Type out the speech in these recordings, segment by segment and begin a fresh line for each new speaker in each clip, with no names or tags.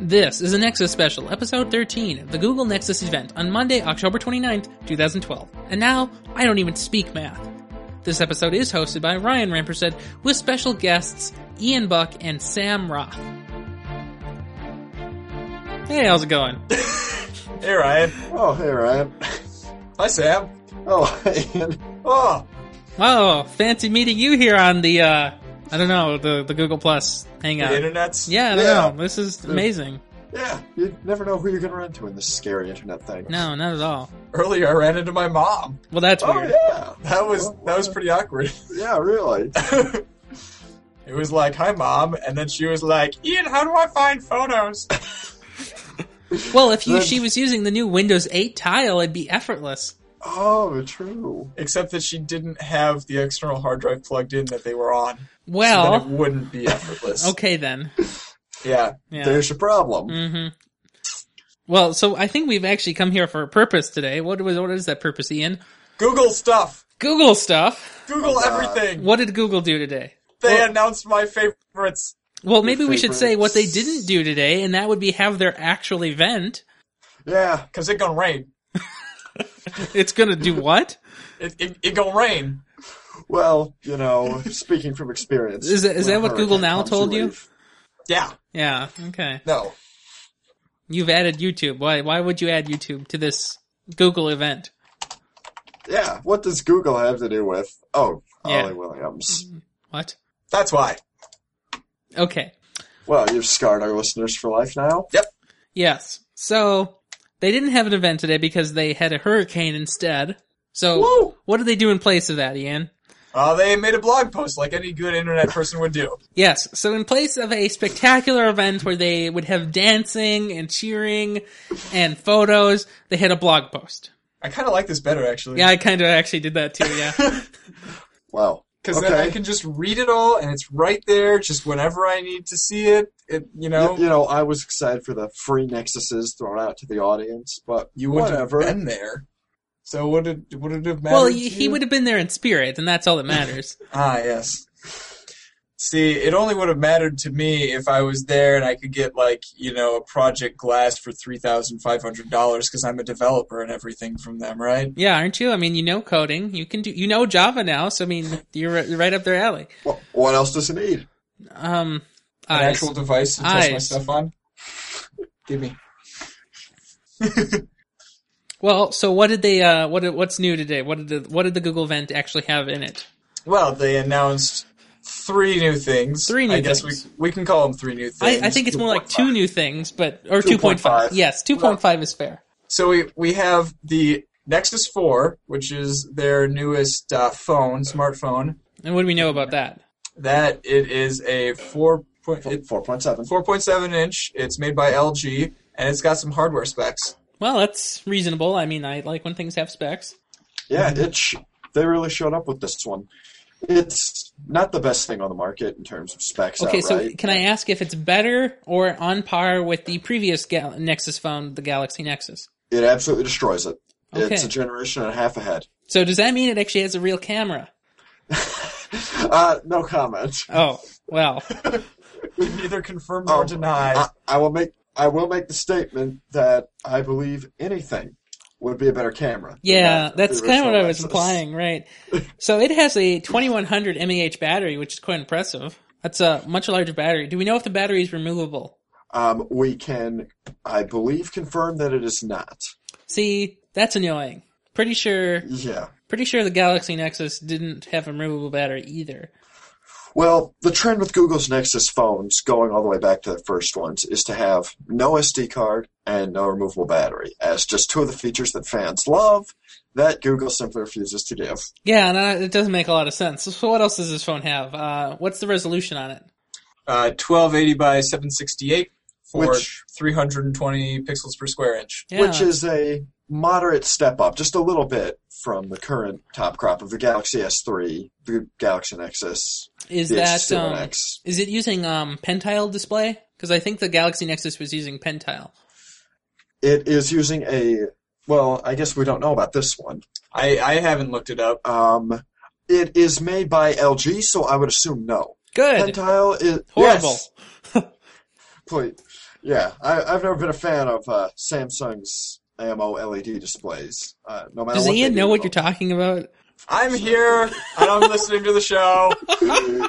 This is a Nexus special, episode 13 of the Google Nexus event on Monday, October 29th, 2012. And now, I don't even speak math. This episode is hosted by Ryan Rampersad with special guests Ian Buck and Sam Roth. Hey, how's it going?
Hey Ryan.
Oh, hey, Ryan.
Hi Sam.
Oh, Ian.
Oh,
Oh, fancy meeting you here on the, uh, I don't know, the, the Google Plus
the
hangout.
internet's
Yeah, I don't
Yeah.
know. This is amazing.
yeah.
You never know who you're going to run into in this scary internet thing.
No, not at all.
Earlier I ran into my mom.
Well, that's
Oh,
weird.
yeah.
That was
Oh.
that was pretty awkward.
Yeah, really.
it was like, "Hi mom," and then she was like, "Ian, how do I find photos?"
Well, if you,
Then-
she was using the new Windows 8 tile, it'd be effortless.
Oh, true.
Except that she didn't have the external hard drive plugged in that they were on. so then it
Well,
wouldn't be effortless.
Oh. okay then.
Yeah.
Yeah.
There's your problem.
hmm Well, so I think we've actually come here for a purpose today. What was what is that purpose, Ian?
Google stuff.
Google stuff.
Google
God.
everything.
What did Google do today?
They
Oh, Well-
announced my favorites.
Well,
Your
maybe we should say what they
favorites.
didn't do today, and that would be have their actual event.
Yeah.
Cause it gonna rain.
It's gonna do what?
It, it, it gonna rain.
Well, you know, speaking from experience.
Is that- is
when
that
a
what Google
hurricane
Now
comes,
told you?
leave.
Yeah.
Yeah. Okay.
No.
You've added YouTube. Why? Why would you add YouTube to this Google event?
Yeah. What does Google have to do with? Oh,
Yeah.
Ollie Williams.
What?
That's why.
Okay.
Well, you've scarred our listeners for life now.
Yes. So they didn't have an event today because they had a hurricane instead. So
Woo!
what did they do in place of that, Ian?
Uh, they made a blog post like any good internet person would do.
Yes. So in place of a spectacular event where they would have dancing and cheering and photos, they had a blog post.
I kind of like this better actually.
Yeah, I kind of actually did that too. Yeah.
Wow.
Because then
Okay.
I can just read it all, and it's right there, just whenever I need to see it. It, you know,
You, you know, I was excited for the free nexuses thrown out to the audience, but
you wouldn't
whatever.
have been there. So would it would it have mattered?
well,
to
he, he
you?
would have been there in spirit, and that's all that matters.
Ah, yes. See, it only would have mattered to me if I was there and I could get like you know a project glassed for three thousand five hundred dollars because I'm a developer and everything from them, right?
yeah, aren't you? I mean, you know coding. You can do. You know Java now. So I mean, you're right- you're right up their alley.
Wha- what else does it need?
Um.
An
eyes.
actual device to test my
Eyes.
stuff on. Give me.
Well, so what did they? Uh, what did- what's new today? What did the, what did the Google event actually have in it?
Well, they announced three new things.
Three new
I guess
things.
we we can call them three new
I,
things.
I think it's more like two
2.5.
new things, but or two point
2.5.
five. Yes, two point five is fair.
So we we have the Nexus Four, which is their newest uh, phone, smartphone.
And what do we know about that?
That it is a four point it,
Four point seven.
four point seven inch. It's made by LG, and it's got some hardware specs.
Well, that's reasonable. I mean, I like when things have specs.
Yeah,
Mm-hmm.
it sh- they really showed up with this one. It's not the best thing on the market in terms of specs.
Okay, so
outright.
can I ask if it's better or on par with the previous Gal- Nexus phone, the Galaxy Nexus?
it absolutely destroys it.
Okay.
It's a generation and a half ahead.
So does that mean it actually has a real camera?
Uh, no comment.
Oh, well,
We can neither confirm nor
Oh,
deny.
I, I will make I will make the statement that I believe anything would be a better camera. than
yeah,
that
that's kind of what I was
original
implying, right? So it has a 2100 mAh battery, which is quite impressive. That's a much larger battery. Do we know if the battery is removable?
Nexus. Um, we can, I believe, confirm that it is not.
See, that's annoying. Pretty sure,
Yeah.
pretty sure the Galaxy Nexus didn't have a removable battery either.
Well, the trend with Google's Nexus phones, going all the way back to the first ones, is to have no SD card and no removable battery as just two of the features that fans love that Google simply refuses to give.
Yeah, and I, it doesn't make a lot of sense. So what else does this phone have? Uh, what's the resolution on it?
Uh, twelve eighty by seven sixty eight for
Which-
three hundred and twenty pixels per square inch.
Yeah.
which is a moderate step up, just a little bit from the current top crop of the Galaxy S3, the Galaxy Nexus,
is
the
that um,
H7X.
is it using um Pentile display? Because I think the Galaxy Nexus was using Pentile. um,
It is using a well, I guess we don't know about this one.
I I haven't looked it up.
Um, it is made by LG, so I would assume no.
Good,
Pentile is
horrible.
Yes, please. Yeah, I, I've never been a fan of uh, Samsung's AMO LED E displays. Uh, no matter
Does
what
Ian know what you're talking about?
I'm here and I'm listening to the show.
talking?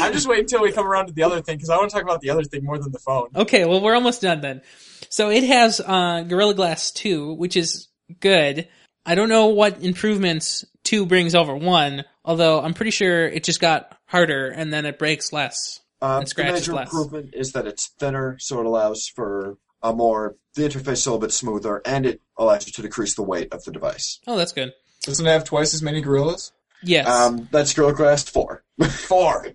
I'm just waiting until we come around to the other thing because I want to talk about the other thing more than the phone.
Okay, well we're almost done then. So it has uh, Gorilla Glass 2, which is good. I don't know what improvements 2 brings over 1, although I'm pretty sure it just got harder and then it breaks less.
Um, the
scratches
major
less.
improvement is that it's thinner, so it allows for a more the interface is a little bit smoother, and it allows you to decrease the weight of the device.
Oh, that's good.
Doesn't it have twice as many gorillas?
Yes.
Um, that's Gorilla Glass Four.
Four.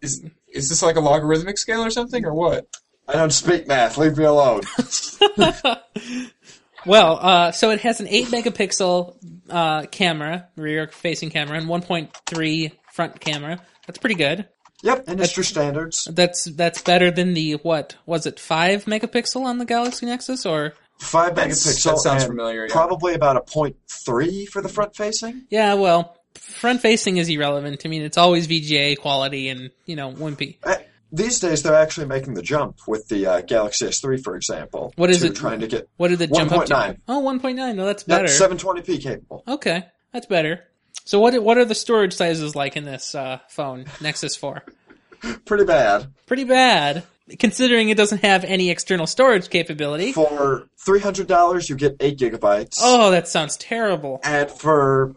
Is is this like a logarithmic scale or something or what?
I don't speak math. Leave me alone.
well, uh, so it has an 8 megapixel uh, camera, rear facing camera, and 1.3 front camera. That's pretty good.
yep, industry standards.
That's that's better than the what was it 5 megapixel on the Galaxy Nexus or
Five
That's-
megapixel.
that sounds
and
familiar, yeah.
Probably about a point three for the front facing.
Yeah, well, front facing is irrelevant. I mean, it's always VGA quality and, you know, wimpy.
Uh, These days, they're actually making the jump with the uh, Galaxy S3, for example.
What is
to
it?
trying to get? uh,
What did it jump up to?
1.9.
Oh, 1.9. No, that's
Yep,
better.
720p capable.
Okay, that's better. So what what are the storage sizes like in this uh, phone, Nexus 4?
Pretty bad.
Pretty bad, considering it doesn't have any external storage capability.
For three hundred dollars, you get eight gigabytes.
Oh, that sounds terrible.
and for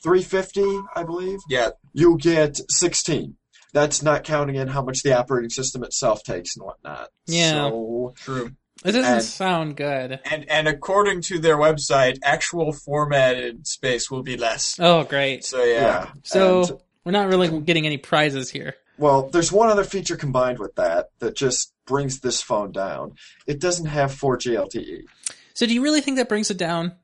three fifty, I believe,
Yeah.
you get sixteen. That's not counting in how much the operating system itself takes and whatnot.
Yeah.
So,
True.
It doesn't
and-
sound good.
And and according to their website, actual formatted space will be less.
Oh, great.
So yeah.
yeah.
So
And,
we're not really getting any prizes here.
well, there's one other feature combined with that that just brings this phone down. It doesn't have 4G LTE.
So do you really think that brings it down?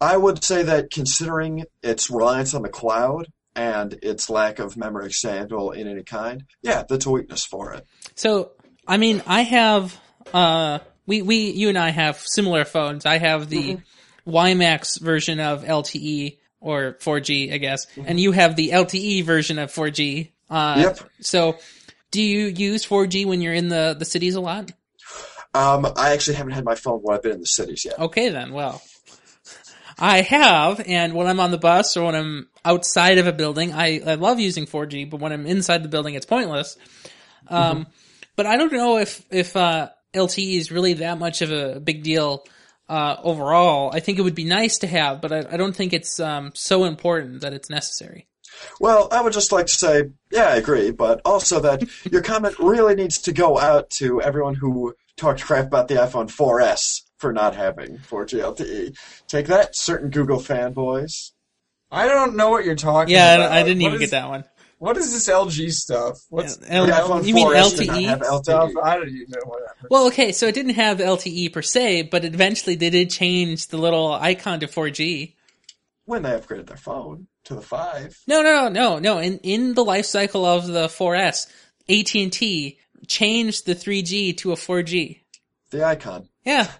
I would say that considering its reliance on the cloud and its lack of memory extendable in any kind, yeah, that's a weakness for it.
So, I mean, I have, uh, we, we, you and I have similar phones. I have the
Mm-hmm.
WiMAX version of LTE or 4G, I guess, and you have the LTE version of 4G. Uh,
Mm-hmm. Yep.
so do you use 4G when you're in the, the cities a lot?
Um, I actually haven't had my phone when I've been in the cities yet.
Okay then, well. I have, and when I'm on the bus or when I'm outside of a building, I, I love using 4G, but when I'm inside the building, it's pointless. Um,
Mm-hmm.
But I don't know if, if uh, LTE is really that much of a big deal uh, overall. I think it would be nice to have, but I, I don't think it's um, so important that it's necessary.
Well, I would just like to say, yeah, I agree, but also that your comment really needs to go out to everyone who talked crap about the iPhone 4S for not having 4G LTE. E. Take that, certain Google fanboys.
I don't know what you're talking
Yeah,
about.
I, I didn't
What
even
is-
get that one.
What is this LG stuff? What's
L- E?
The iPhone
you mean E?
4S did not
LTE?
have E.
stuff?
LTE.
I don't even know whatever.
Well, okay, so it didn't have LTE per se, but eventually they did change the little icon to 4G.
When they upgraded their phone to the 5.
No, no, no, no, no. In in the life cycle of the 4S, AT&T changed the 3G to a 4G.
The icon.
Yeah.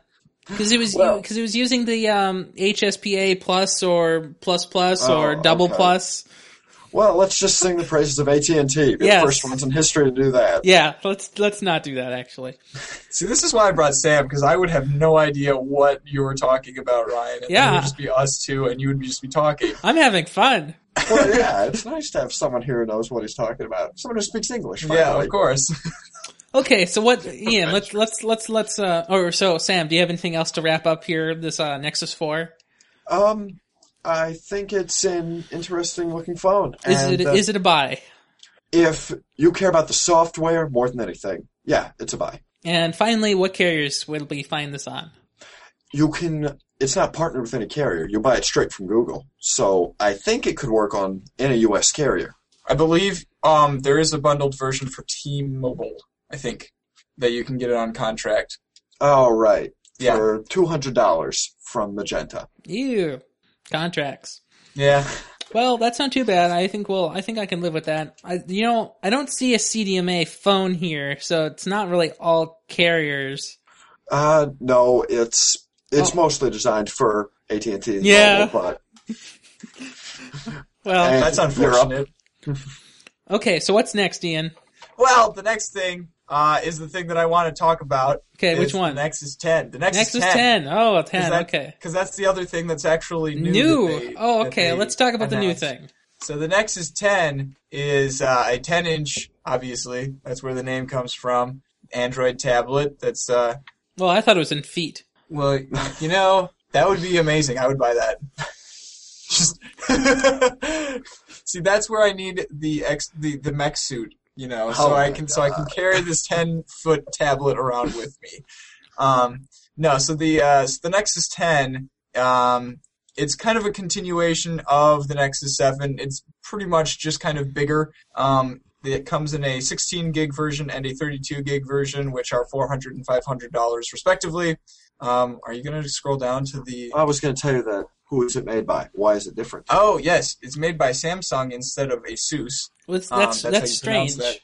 Cuz it was
Well-
cuz it was using the um HSPA plus or plus plus or
Oh,
double
okay.
plus.
Well, let's just sing the praises of AT and T. The
Yes.
first ones in history to do that.
Yeah, let's let's not do that actually.
See, this is why I brought Sam because I would have no idea what you were talking about, Ryan. And then
Yeah.
it would just be us two, and you would just be talking.
I'm having fun.
Well, yeah, it's nice to have someone here who knows what he's talking about. Someone who speaks English. Finally.
Yeah, of course.
Okay, so what Ian, let's let's let's let's uh or so Sam, do you have anything else to wrap up here this uh Nexus 4?
Um, I think it's an interesting looking phone.
Is
and,
it
uh,
is it a buy?
if you care about the software more than anything, yeah, it's a buy.
And finally, what carriers will we find this on?
You can. It's not partnered with any carrier. You buy it straight from Google. So I think it could work on any U.S. carrier.
I believe um, there is a bundled version for T-Mobile. I think that you can get it on contract.
All right.
Yeah.
For two hundred dollars from Magenta.
Ew. Contracts.
Yeah,
Well, that's not too bad. I think well, I think I can live with that. I, you know, I don't see a CDMA phone here, so it's not really all carriers.
Uh, no, it's it's
Oh.
mostly designed for AT and T.
Yeah.
but
Well,
And
that's
you're up.
unfortunate.
okay. So what's next, Ian?
Well, the next thing uh, is the thing that I want to talk about.
Okay,
is
which one?
The Nexus 10. The Nexus,
Nexus 10. Oh, a 10.
that-
okay.
Because that's the other thing that's actually new.
New.
that they-
oh,
that
okay.
they
Let's talk about the new
announced.
thing.
So the Nexus 10 is uh, a 10 inch, obviously. That's where the name comes from. Android tablet. That's, uh,
Well, I thought it was in feet.
well, you know, that would be amazing. I would buy that. Just see, that's where I need the ex the, the mech suit, you know, so
Oh
I
my
can so I can carry this 10 foot tablet around with me. Um, no, so the uh, so the Nexus 10 um, it's kind of a continuation of the Nexus 7. It's pretty much just kind of bigger. Um, it comes in a 16 gig version and a 32 gig version, which are 400 and 500 dollars respectively. Um, are you going to scroll down to the?
I was going to tell you that. Who is it made by? Why is it different?
Oh yes, it's made by Samsung instead of ASUS.
Well, that's
Um,
that's,
how
that's
you pronounce
strange.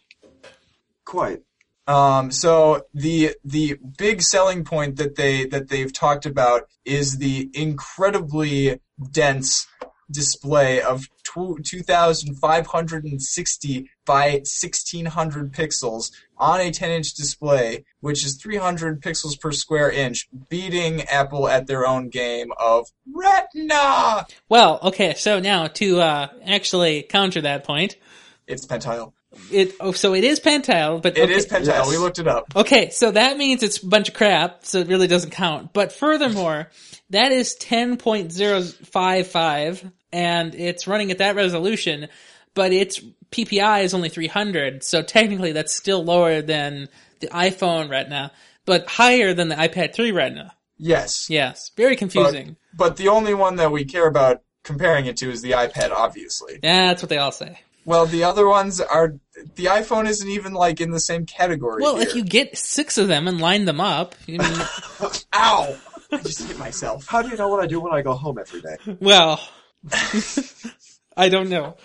Quite.
Um, so the the big selling point that they that they've talked about is the incredibly dense display of tw- 2560 by 1600 pixels on a 10 inch display which is 300 pixels per square inch beating apple at their own game of retina
Well, okay. So now to uh, actually counter that point,
it's pentile
it oh, so it is Pentel, but
It
okay,
is pentile
Yes.
we looked it up
Okay, so that means it's a bunch of crap, so it really doesn't count. But furthermore, that is 10.055, and it's running at that resolution, but its PPI is only 300, so technically that's still lower than the iPhone retina, but higher than the iPad 3 retina.
yes
Yes, very confusing.
but the only one that we care about comparing it to is the ipad obviously
Yeah, that's what they all say.
Well, the other ones are the iPhone isn't even like in the same category.
Well,
here.
if you get six of them and line them up, you mean,
ow, I just hit myself.
How do you know what I do when I go home every day?
well, I don't know.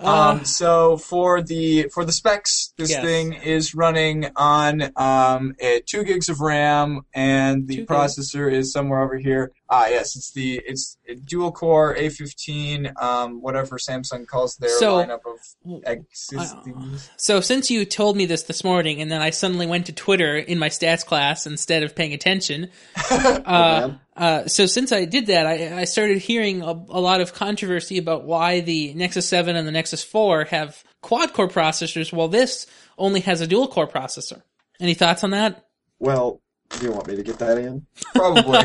Um, so for the for the specs, this
Uh-huh. Yes.
thing is running on um, eh, two gigs of RAM, and the
Two gigs.
processor is somewhere over here. Ah, yes, it's the it's dual core A15, um, whatever Samsung calls their
So-
lineup of X's.
So since you told me this this morning, and then I suddenly went to Twitter in my stats class instead of paying attention. uh,
man.
uh, so since I did that, I, I started hearing a, a lot of controversy about why the Nexus Seven and the Nexus Four have quad core processors, while this only has a dual core processor. Any thoughts on that?
Well, do you want me to get that in?
Probably,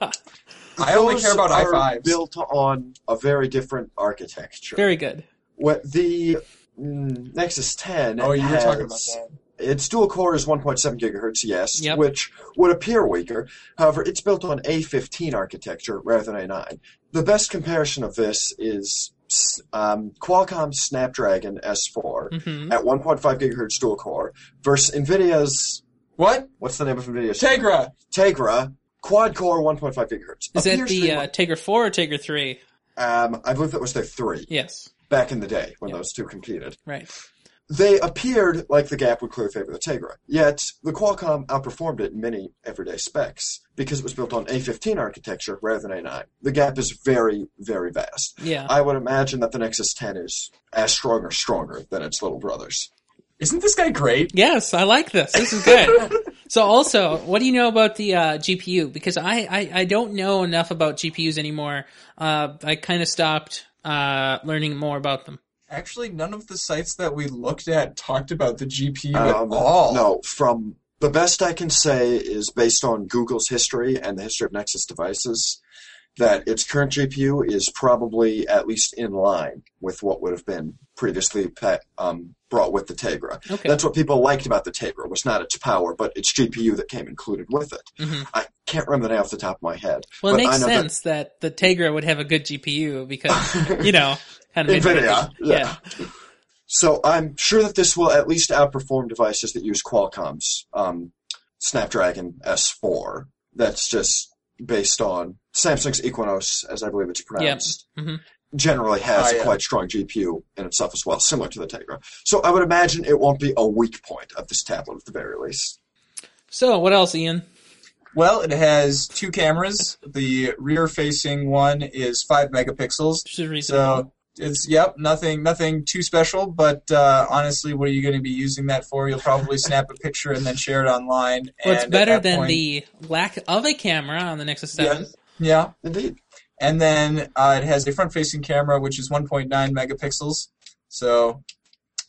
I only
Those
care about
are
i5s.
Built on a very different architecture.
Very good.
What the mm, Nexus 10?
oh, you were
has,
talking about that.
Its dual core is 1.7 gigahertz, yes,
Yep.
which would appear weaker. However, it's built on A15 architecture rather than A9. The best comparison of this is s- um, Qualcomm Snapdragon S4
hmm
at 1.5 gigahertz dual core versus NVIDIA's
What
what's the name of NVIDIA's
Tegra?
Tegra quad core 1.5 gigahertz.
Is that
Appears to
the
be
uh, Tegra Four or Tegra Three?
Um, I believe that was their three
Yes.
back in the day when
Yeah.
those two competed.
Right.
They appeared like the gap would clearly favor the Tegra. Yet the Qualcomm outperformed it in many everyday specs because it was built on A15 architecture rather than A9. The gap is very, very vast.
Yeah.
I would imagine that the Nexus 10 is as strong or stronger than its little brothers.
Isn't this guy great?
Yes, I like this. This is good. so also, what do you know about the uh, GPU? Because I, I, I don't know enough about GPUs anymore. Uh, I kind of stopped uh, learning more about them.
Actually, none of the sites that we looked at talked about the GPU
Um,
at all.
No, from the best I can say is based on Google's history and the history of Nexus devices, that its current GPU is probably at least in line with what would have been previously pa- um, brought with the Tegra.
Okay.
That's what people liked about the Tegra was not its power, but its GPU that came included with it.
Mhm.
I can't remember the name off the top of my head.
well, it
but I
makes
know that-
sense that... the Tegra would have a good GPU because you know kind of
NVIDIA,
Yeah.
So I'm sure that this will at least outperform devices that use Qualcomm's um, Snapdragon S4. That's just based on Samsung's Equinox, as I believe it's pronounced.
Mhm.
Generally has
Ah, yeah.
a quite strong GPU in itself as well, similar to the Tegra. So I would imagine it won't be a weak point of this tablet at the very least.
So what else, Ian?
Well, it has two cameras. The rear facing one is 5 megapixels.
Which is reasonable.
So It's yep, nothing, nothing too special. But uh, honestly, what are you going to be using that for? You'll probably snap a picture and then share it online.
Well, it's
and at
better
that
than
point-
the lack of a camera on the Nexus 7.
Yes. Yeah,
Indeed.
and then uh, it has a front-facing camera, which is 1.9 megapixels. So,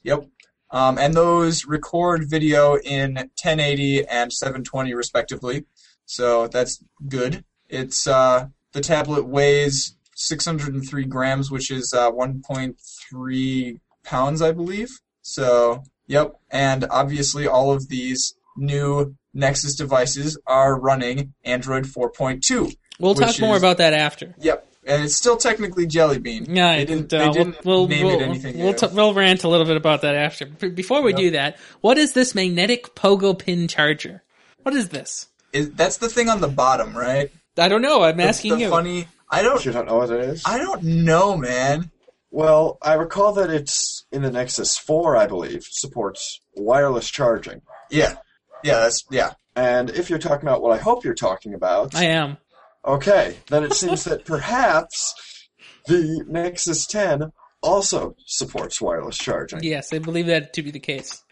yep. Um, and those record video in 1080 and 720 respectively. So that's good. It's uh, the tablet weighs 603 grams, which is uh, 1.3 pounds, I believe. So, yep. And obviously, all of these new Nexus devices are running Android 4.2.
We'll
Which
talk more
is-
about that after.
Yep, and it's still technically Jelly Bean.
Yeah,
they
it-
didn't,
uh,
they
we'll-
didn't
we'll,
name
we'll,
it anything.
We'll,
new.
t- we'll rant a little bit about that after. B- before we
Yep.
do that, what is this magnetic pogo pin charger? What is this?
Is- that's the thing on the bottom, right?
I don't know. I'm
That's
asking
the
you.
funny. I don't.
You don't know what it is?
I don't know, man.
Well, I recall that it's in the Nexus 4, I believe, supports wireless charging.
Yeah, yeah, that's yeah.
And if you're talking about what I hope you're talking about,
I am.
okay, then it seems that perhaps the Nexus 10 also supports wireless charging.
Yes, I believe that to be the case.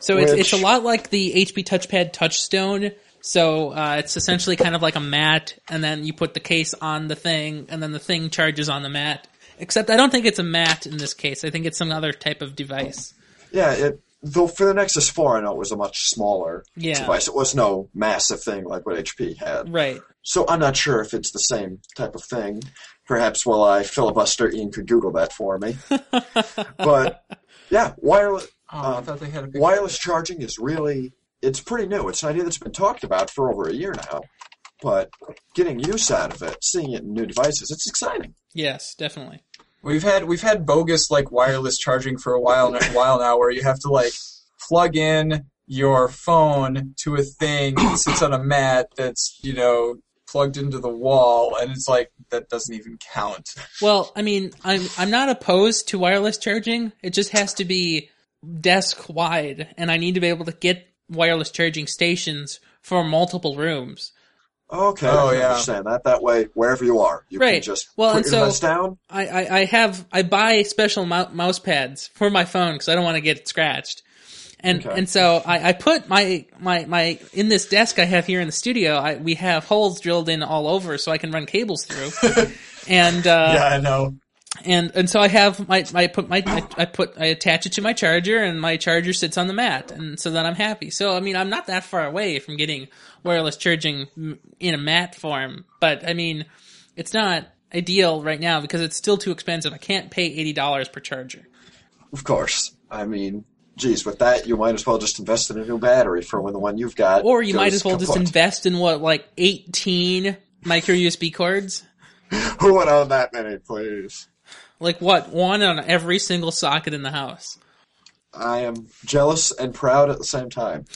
So it's
Which-
it's a lot like the HP Touchpad Touchstone. So uh, it's essentially kind of like a mat, and then you put the case on the thing, and then the thing charges on the mat. Except I don't think it's a mat in this case. I think it's some other type of device.
Yeah, it, though for the Nexus 4, I know it was a much smaller
Yeah. Mm.
device. It was no massive thing like what HP had.
Right.
So I'm not sure if it's the same type of thing. Perhaps while I filibuster, Ian could Google that for me. but yeah, wireless
Oh, I
Um,
thought they had a big-
wireless charging is really it's pretty new. It's an idea that's been talked about for over a year now, but getting use out of it, seeing it in new devices, it's exciting.
Yes, definitely.
We've had we've had bogus like wireless charging for a while now, while now, where you have to like plug in your phone to a thing that sits on a mat that's you know plugged into the wall, and it's like that doesn't even count.
Well, I mean, I'm I'm not opposed to wireless charging. It just has to be desk wide, and I need to be able to get wireless charging stations for multiple rooms.
Okay,
Oh,
I can
yeah.
understand that. That way, wherever you are, you
Right.
can just
Well, and
put your
so-
device down.
I, I, I have I buy special mou- mouse pads for my phone because I don't want to get it scratched, and
Okay.
and so I, I put my my my in this desk I have here in the studio. I we have holes drilled in all over so I can run cables through, and uh,
I know.
and and so I have my I put my I, I put I attach it to my charger and my charger sits on the mat and so then I'm happy. So I mean I'm not that far away from getting wireless charging m- in a mat form, but I mean it's not ideal right now because it's still too expensive. I can't pay eighty dollars per charger.
Of course. I mean, geez, with that, you might as well just invest in a new battery for when the one you've got.
Or you might
goes
as well just
kaput.
invest in what like eighteen micro USB cords.
Who would own that many, please?
Like what one on every single socket in the house.
I am jealous and proud at the same time.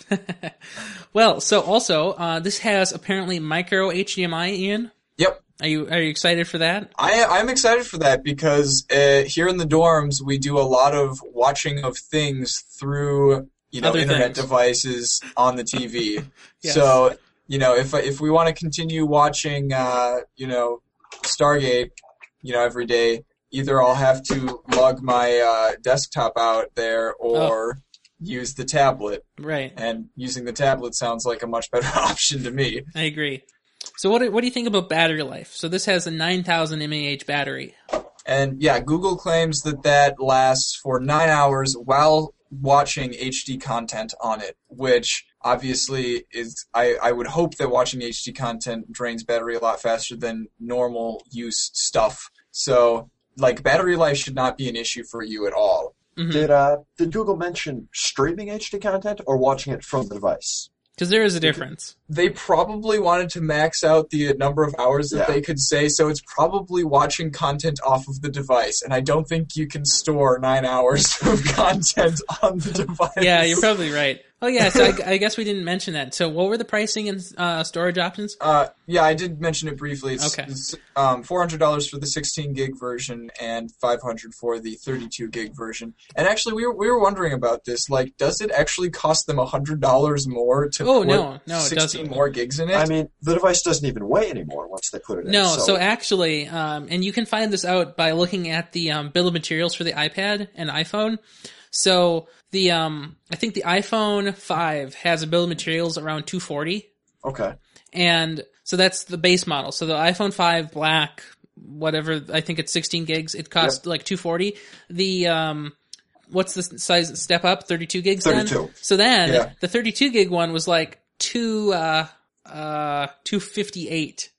Well, so also uh, this has apparently micro HDMI. Ian,
Yep.
are you are you excited for that?
I, I'm excited for that because uh, here in the dorms we do a lot of watching of things through you know
Other
internet
things.
devices on the TV.
Yes.
So you know if if we want to continue watching uh, you know Stargate you know every day, either I'll have to lug my uh, desktop out there
Oh.
or use the tablet.
Right.
And using the tablet sounds like a much better option to me.
I agree. So what do, what do you think about battery life? So this has a 9000 mAh battery.
And yeah, Google claims that that lasts for nine hours while watching HD content on it, which obviously is. I, I would hope that watching HD content drains battery a lot faster than normal use stuff. So, like, battery life should not be an issue for you at all.
Because
Did uh, did Google mention streaming HD content or watching it from the device?
is a difference.
They probably wanted to max out the number of hours that
Yeah.
they could say, so it's probably watching content off of the device. And I don't think you can store nine hours of content on the device.
Yeah, you're probably right. Oh yeah, so I, I guess we didn't mention that. So what were the pricing and uh, storage options?
Uh, yeah, I did mention it briefly. It's,
Okay.
it's, um, four hundred dollars for the sixteen gig version and five hundred for the thirty-two gig version. And actually, we were we were wondering about this. Like, does it actually cost them hundred dollars more to
Oh,
put
no, no, it
sixteen
doesn't.
more gigs in it?
I mean, the device doesn't even weigh anymore once they put it in.
No, so, actually, um, and you can find this out by looking at the um, bill of materials for the iPad and iPhone. So the um, I think the iPhone five has a bill of materials around two forty,
okay,
and so that's the base model. So the iPhone five black, whatever I think it's sixteen gigs. It costs like two forty. The um, what's the size step up? Thirty two gigs. then?
32.
So then
Yeah.
the thirty two gig one was like two uh uh two fifty eight.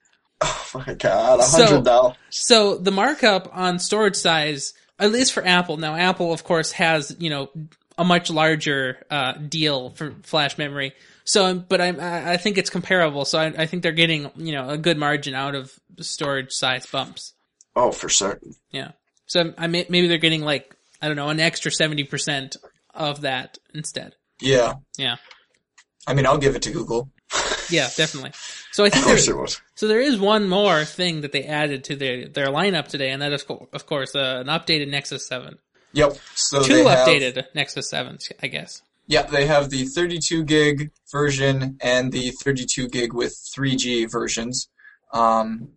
oh my god, a
So-
hundred dollars.
So the markup on storage size, at least for Apple, now Apple of course has, you know, a much larger, uh, deal for flash memory. So, um, but I'm- I, I think it's comparable. So I, I think they're getting, you know, a good margin out of storage size bumps.
Oh, for certain.
Yeah. So I may, maybe they're getting like, I don't know, an extra 70% of that instead.
yeah,
Yeah.
I mean, I'll give it to Google.
Yeah, definitely. So I
Of
think
course
there's,
it would.
so there is one more thing that they added to their, their lineup today. And that is, co- of course, uh, an updated Nexus 7.
Yep. So
two
they have-
updated Nexus 7s, I guess.
Yeah, they have the 32 gig version and the 32 gig with 3G versions. Um,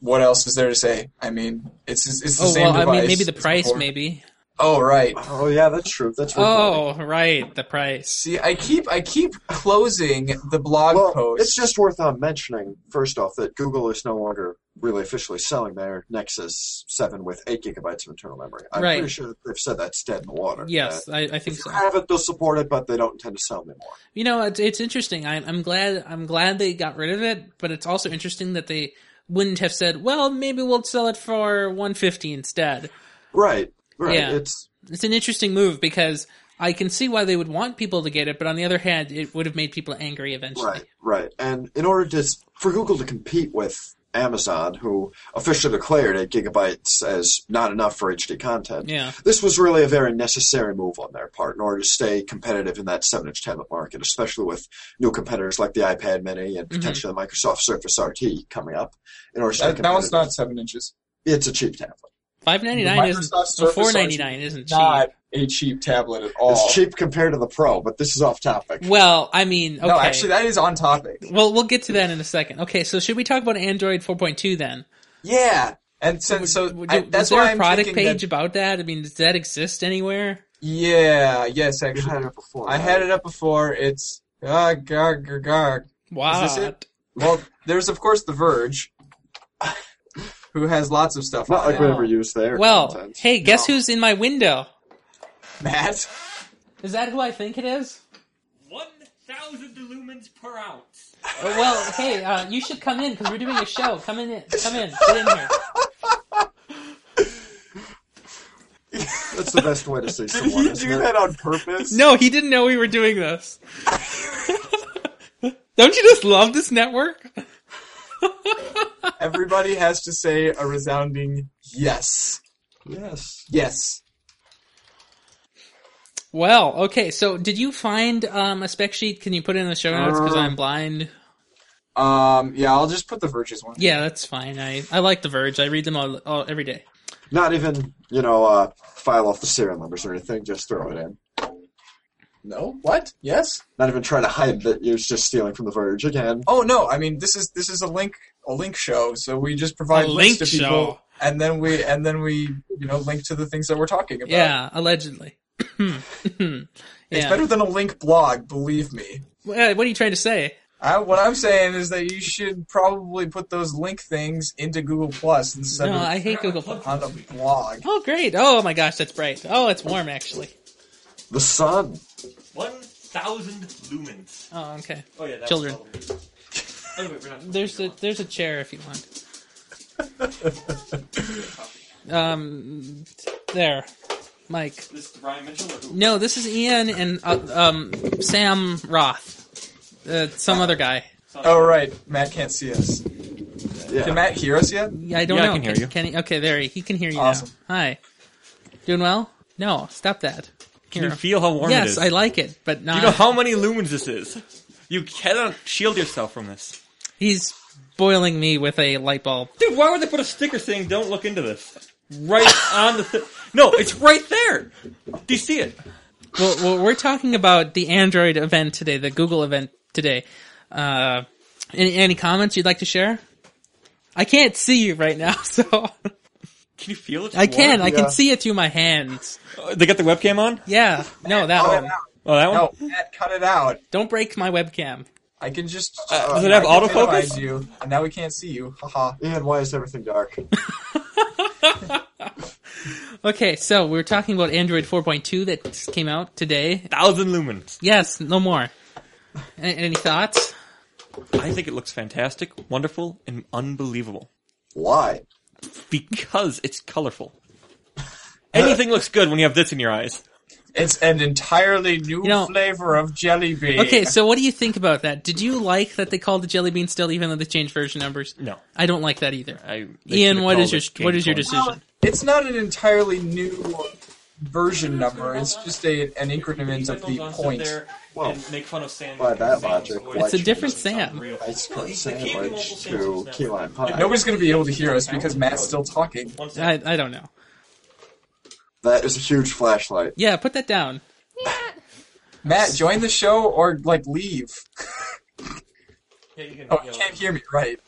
what else is there to say? I mean, it's it's the
Oh,
same
well, I
device.
mean, maybe the
as
price,
before.
maybe.
Oh, right.
Oh yeah, that's true. That's worth noting.
Oh, right, the price.
See, I keep I keep closing the blog
Well,
post.
it's just worth uh, mentioning first off that Google is no longer really officially selling their Nexus Seven with eight gigabytes of internal memory. I'm
Right.
pretty sure they've said that's dead in the water.
Yes,
that
I, I think
If you
so.
have it, they'll support it, but they don't intend to sell anymore.
You know, it's, it's interesting. I'm, I'm glad. I'm glad they got rid of it, but it's also interesting that they wouldn't have said, "Well, maybe we'll sell it for 150 instead."
Right. Right.
Yeah.
It's
It's an interesting move because I can see why they would want people to get it, but on the other hand, it would have made people angry eventually.
Right, right. And in order to for Google to compete with Amazon, who officially declared eight gigabytes as not enough for HD content,
Yeah.
this was really a very necessary move on their part in order to stay competitive in that seven-inch tablet market, especially with new competitors like the iPad Mini and
Mhm.
potentially the Microsoft Surface RT coming up. In order to stay
that, that one's
competitive.
not seven inches.
It's a cheap tablet.
Five ninety nine isn't.
Microsoft
So
Surface
four ninety nine isn't cheap.
Not a cheap tablet at all.
It's cheap compared to the Pro, but this is off topic.
Well, I mean, okay.
No, actually, that is on topic.
Well, we'll get to that in a second. Okay, so should we talk about Android 4.2 then?
Yeah, and since so
Would-
I-
was
that's
there
why
a
I'm
product
thinking
page
That,
about that? I mean, does that exist anywhere?
yeah, yes,
You
actually,
had it before.
I had it up before. It's ah, gar, gar, gar.
Wow.
this it? Well, there's of course the Verge, who has lots of stuff.
Not
on
like
it.
we ever use their
Well,
content.
hey, guess
No.
who's in my window?
Matt.
Is that who I think it is?
1,000 lumens per ounce.
Oh, well, hey, uh, you should come in because we're doing a show. Come in, come in, get in here.
That's the best way to see
Did
someone.
he
isn't
do
it?
that on purpose?
No, he didn't know we were doing this. Don't you just love this network?
Everybody has to say a resounding yes,
Yes.
yes.
Well, okay. So, did you find um, a spec sheet? Can you put it in the show notes? Because
Uh,
I'm blind.
Um, yeah, I'll just put the Verge's one.
Yeah, that's fine. I, I like The Verge. I read them all, all every day.
Uh,
Not even, you know, uh, file off the serial numbers or anything. Just throw it in.
No, what? Yes.
Not even try to hide that you're just stealing from The Verge again.
Oh no, I mean this is this is a link a link show, so we just provide
A link
links to
show.
people, and then we and then we you know link to the things that we're talking about.
Yeah, allegedly. yeah.
it's better than a link blog, believe me.
Well, What are you trying to say?
I, what I'm saying is that you should probably put those link things into Google Plus instead
No,
of
I hate Google. Plus.
on a blog.
Oh, great. Oh my gosh, that's bright. Oh, it's warm actually.
The sun.
1,000 lumens.
Oh, okay.
Oh, yeah, that's
Children.
Anyway, we're not
There's a there's a chair if you want. Um, there, Mike.
This is Ryan Mitchell or who?
No, this is Ian and uh, um Sam Roth, uh, some other guy.
Oh right, Matt can't see us.
Yeah.
Can Matt hear us yet?
Yeah, I don't
Yeah, I
know.
can hear you.
he, okay, there he, he can hear you
Awesome.
now. Hi. Doing well? No, stop that.
Can
Here.
you feel how warm it
yes,
is?
I like it, but
Do
not.
you know how many lumens this is? You cannot shield yourself from this.
he's boiling me with a light bulb.
Dude, why would they put a sticker saying "Don't look into this"? Right on the. Th- no, it's right there. Do you see it?
well, well, we're talking about the Android event today, the Google event today. Uh, any, any comments you'd like to share? I can't see you right now, so
Can you feel it?
I can. I
Yeah.
can see it through my hands.
I- they got the webcam on.
Yeah, no, that
Cut
one.
it out.
Oh, that one.
No, Matt, cut it out.
Don't break my webcam.
I can just.
Uh, does it have
I can
autofocus?
minimize You, and now we can't see you. Haha.
Ian, why is everything dark?
Okay, so we are talking about Android 4.2 that just came out today.
Thousand lumens.
Yes, no more. A- Any thoughts?
I think it looks fantastic, wonderful, and unbelievable
Why?
because it's colorful. Anything looks good when you have this in your eyes.
It's an entirely new
You know-
flavor of jelly bean.
Okay, so what do you think about that? Did you like that they called the jelly bean still, even though they changed version numbers?
No,
I don't like that either.
I. they
Ian,
should've
what is
called
your
it
what is your
Game Cone.
decision?
It's not an entirely new version number. It's just a, an increment of the point.
Well,
make fun of Sam.
by that logic,
It's a
like-
different Sam.
Ice cream sandwich to key lime pie.
Nobody's going to be able to hear us because Matt's still talking.
I, I don't know.
That is a huge flashlight.
Yeah, put that down.
Matt, join the show or like leave.
you
Oh, you can't hear me, right?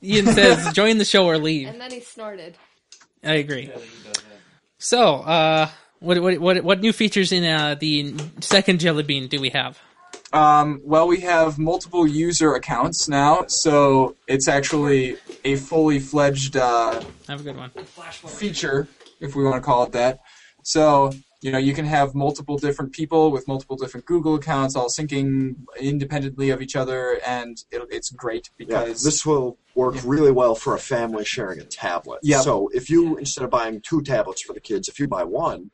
Ian says, "Join the show or leave."
And then he snorted.
I agree. So, uh, what what what what new features in uh, the second Jelly Bean do we have?
Um, well, we have multiple user accounts now, so it's actually a fully fledged uh,
Have a good one.
feature, if we want to call it that. So, you know, you can have multiple different people with multiple different Google accounts all syncing independently of each other, and it, it's great
Yeah,
because
this will work really well for a family sharing a tablet.
Yeah.
So if you instead of buying two tablets for the kids, if you buy one,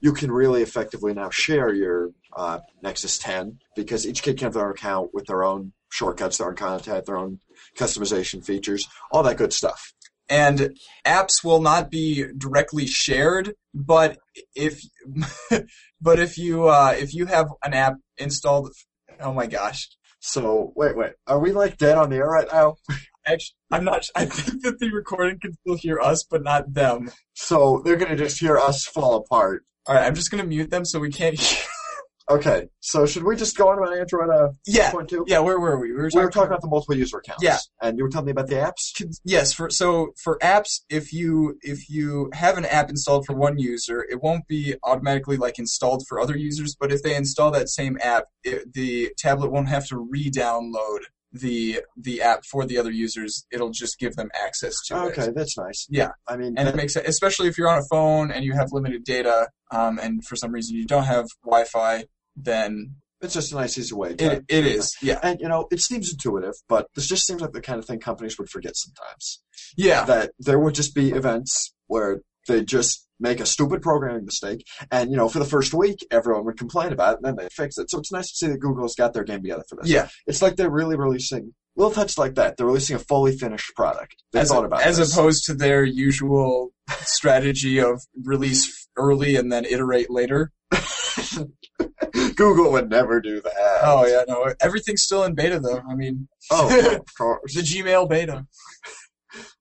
you can really effectively now share your uh, Nexus 10 because each kid can have their own account with their own shortcuts, their own content, their own customization features, all that good stuff.
and apps will not be directly shared but if but if you uh, if you have an app installed oh my gosh
So wait, wait, are we like dead on the air right now?
actually i'm not i think that the recording can still hear us but not them
So they're gonna just hear us fall apart.
all right i'm just going to mute them so we can't hear
Okay, so should we just go on about Android uh,
yeah
2.2?
yeah where were we we were
We were talking about the multiple user accounts.
Yeah.
And you were telling me about the apps?
can- yes for so for apps if you if you have an app installed for one user it won't be automatically like installed for other users but if they install that same app it, the tablet won't have to re-download the the app for the other users it'll just give them access to it
Okay, that's nice.
Yeah.
I mean,
and
that-
it makes sense, especially if you're on a phone and you have limited data um, and for some reason you don't have wi-fi then
it's just a nice, easy way. To,
it, it is yeah
And, you know, it seems intuitive, but this just seems like the kind of thing companies would forget sometimes.
yeah
That there would just be events where they just make a stupid programming mistake, and, you know, for the first week, everyone would complain about it, and then they fix it. So it's nice to see that Google's got their game together for this.
yeah
It's like they're really releasing little touch like that. They're releasing a fully finished product. They
as,
thought about
as
this.
opposed to their usual strategy of release early and then iterate later.
Google would never do that.
Oh yeah, no, everything's still in beta though. I mean,
Oh, of course.
the Gmail beta.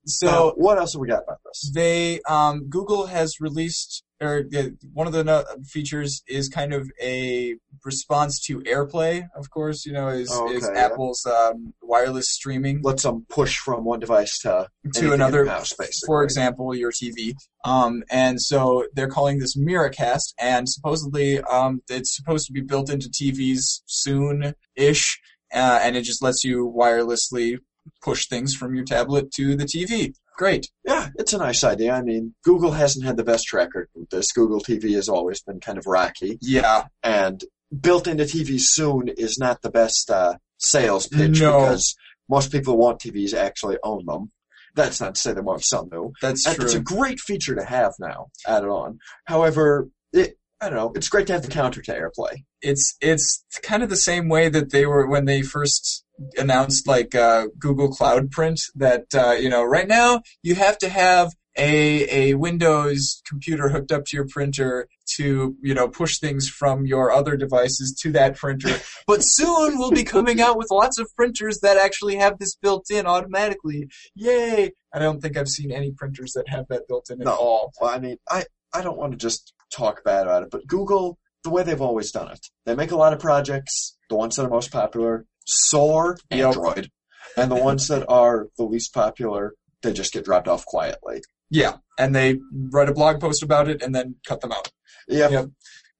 So
So what else have we got about this?
they um, Google has released or uh, one of the no- features is kind of a response to AirPlay. Of course, you know is
Oh, okay,
is
yeah.
Apple's um, wireless streaming
Let some push from one device to,
to another
house, basically.
for example, your TV. Um, and so they're calling this Miracast, and supposedly um, it's supposed to be built into TVs soon ish, uh, and it just lets you wirelessly push things from your tablet to the TV. Great.
Yeah, it's a nice idea. I mean, Google hasn't had the best record with this. Google TV has always been kind of rocky,
Yeah.
and built into TV soon is not the best uh, sales pitch
No.
because most people who want TVs actually own them. That's not to say they won't sell new.
That's
And
true.
It's a great feature to have now added on. However, it, I don't know. It's great to have the counter to AirPlay.
it's it's kind of the same way that they were when they first announced like uh, Google Cloud Print that uh, you know right now you have to have a a Windows computer hooked up to your printer to you know push things from your other devices to that printer. but soon we'll be coming out with lots of printers that actually have this built in automatically. Yay! I don't think I've seen any printers that have that built in at
No.
all.
Well, I mean, I, I don't want to just talk bad about it, but Google, the way they've always done it, they make a lot of projects, the ones that are most popular, soar
Yep.
Android, and the ones that are the least popular, they just get dropped off quietly.
Yeah, and they write a blog post about it and then cut them out.
Yeah,
Yep.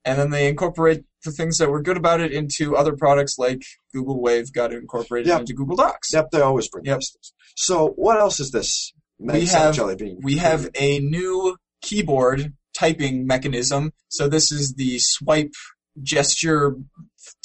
And then they incorporate the things that were good about it into other products like Google Wave got incorporated
Yep.
into Google Docs.
except they always bring
Yep.
these things. So what else is this? Nice
have-
jelly bean.
We have a new keyboard typing mechanism. So this is the swipe gesture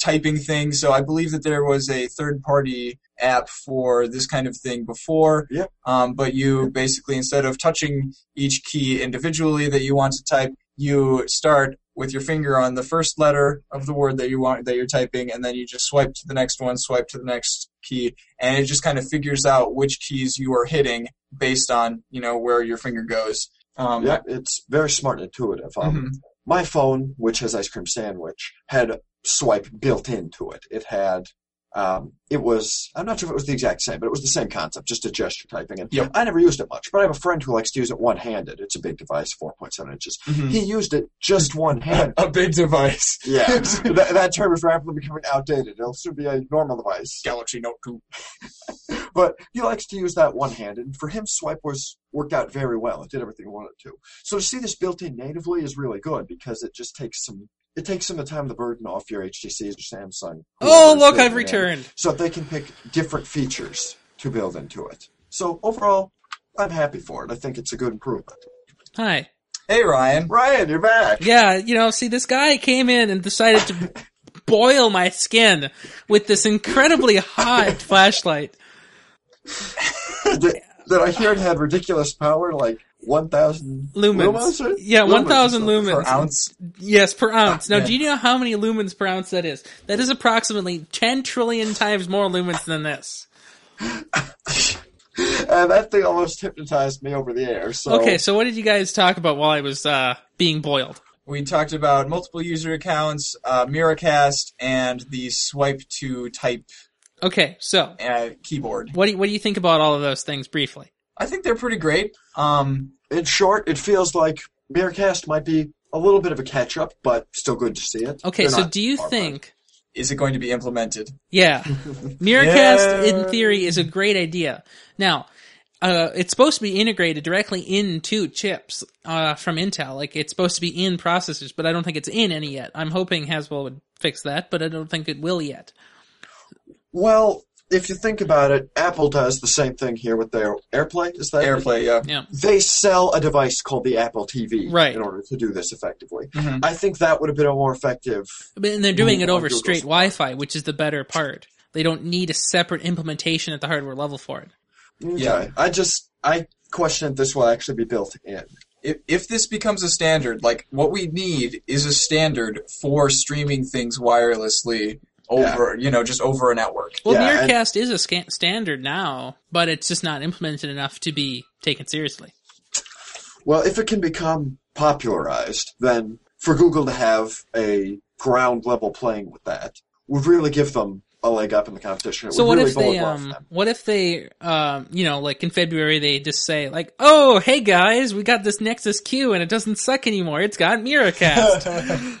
typing thing. So I believe that there was a third party app for this kind of thing before.
Yep.
Um, but you basically, instead of touching each key individually that you want to type, you start with your finger on the first letter of the word that you want that you're typing and then you just swipe to the next one swipe to the next key and it just kind of figures out which keys you are hitting based on you know where your finger goes. Um,
Yep, it's very smart and intuitive. Um,
mhm.
My phone, which has ice cream sandwich, had swipe built into it. It had, um, it was, I'm not sure if it was the exact same, but it was the same concept, just a gesture typing. And
Yep.
I never used it much, but I have a friend who likes to use it one handed. It's a big device, 4.7 inches.
Mm-hmm.
Hmm.
Mhm.
He used it just one hand.
A big device.
Yeah, that, that term is rapidly becoming outdated. It'll soon be a normal device.
Galaxy Note 2.
But he likes to use that one handed, and for him, swipe was worked out very well. It did everything he wanted to. So to see this built in natively is really good because it just takes some it takes some of the time the burden off your HTCs or Samsung.
Oh,
whoever's
look, I've
building it in,
returned.
So they can pick different features to build into it. So overall, I'm happy for it. I think it's a good improvement.
Hi.
Hey Ryan.
Ryan, you're back.
Yeah, you know, see, this guy came in and decided to boil my skin with this incredibly hot flashlight.
did, did I hear it had ridiculous power, like 1,000
Lumens.
or-
Yeah,
lumens or
1,000
something?
lumens.
Per ounce.
Yes, per ounce. Now,
yeah.
do you know how many lumens per ounce that is? That is approximately 10 trillion times more lumens than this.
And that thing almost hypnotized me over the air. So
Okay, so what did you guys talk about while I was uh, being boiled?
We talked about multiple user accounts, uh, Miracast, and the swipe to type
Okay, so
uh, keyboard.
what do you, what do you think about all of those things briefly?
I think they're pretty great. Um,
in short, it feels like Miracast might be a little bit of a catch up, but still good to see it.
Okay,
They're
so
not
do you
far behind.
think
is it going to be implemented?
Yeah. Miracast, in theory, is a great idea. Now, uh, it's supposed to be integrated directly into chips uh, from Intel. Like, it's supposed to be in processors, but I don't think it's in any yet. I'm hoping Haswell would fix that, but I don't think it will yet.
Well, if you think about it, Apple does the same thing here with their AirPlay. Is that
Airplay, yeah.
Yeah.
They sell a device called the Apple TV
Right.
in order to do this effectively.
Mhm.
I think that would have been a more effective.
But- And they're doing it
Ooh, on
over
Google's
straight Wi Fi, which is the better part. They don't need a separate implementation at the hardware level for it.
Yeah.
Okay. I just I question if this will actually be built in.
If, if this becomes a standard, like what we need is a standard for streaming things wirelessly over, you know, just over a network.
Well,
Yeah, and-
Miracast is a scan- standard now, but it's just not implemented enough to be taken seriously.
Well, if it can become popularized, then for Google to have a ground level playing with that would really give them a leg up in the competition. It
So
would
what
really
if they
bode well for
um
them.
what if they um you know like in February they just say like oh hey guys we got this Nexus Q and it doesn't suck anymore it's got Miracast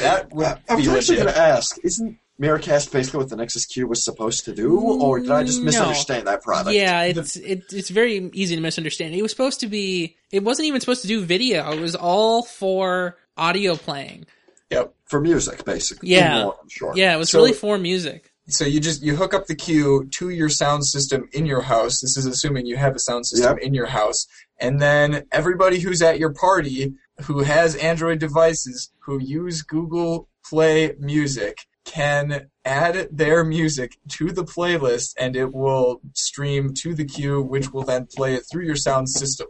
That would be
I was actually
legit.
going to ask, isn't Miracast basically what the Nexus Q was supposed to do, or did I just
Mm, No.
misunderstand that product?
yeah it's it, it's very easy to misunderstand it was supposed to be it wasn't even supposed to do video it was all for audio playing
Yep.
For music, basically.
Yeah.
More, I'm sure.
yeah it was
So-
really for music
So you just you hook up the queue to your sound system in your house. This is assuming you have a sound system in your house, and then everybody who's at your party who has Android devices who use Google Play Music can add their music to the playlist, and it will stream to the queue, which will then play it through your sound system.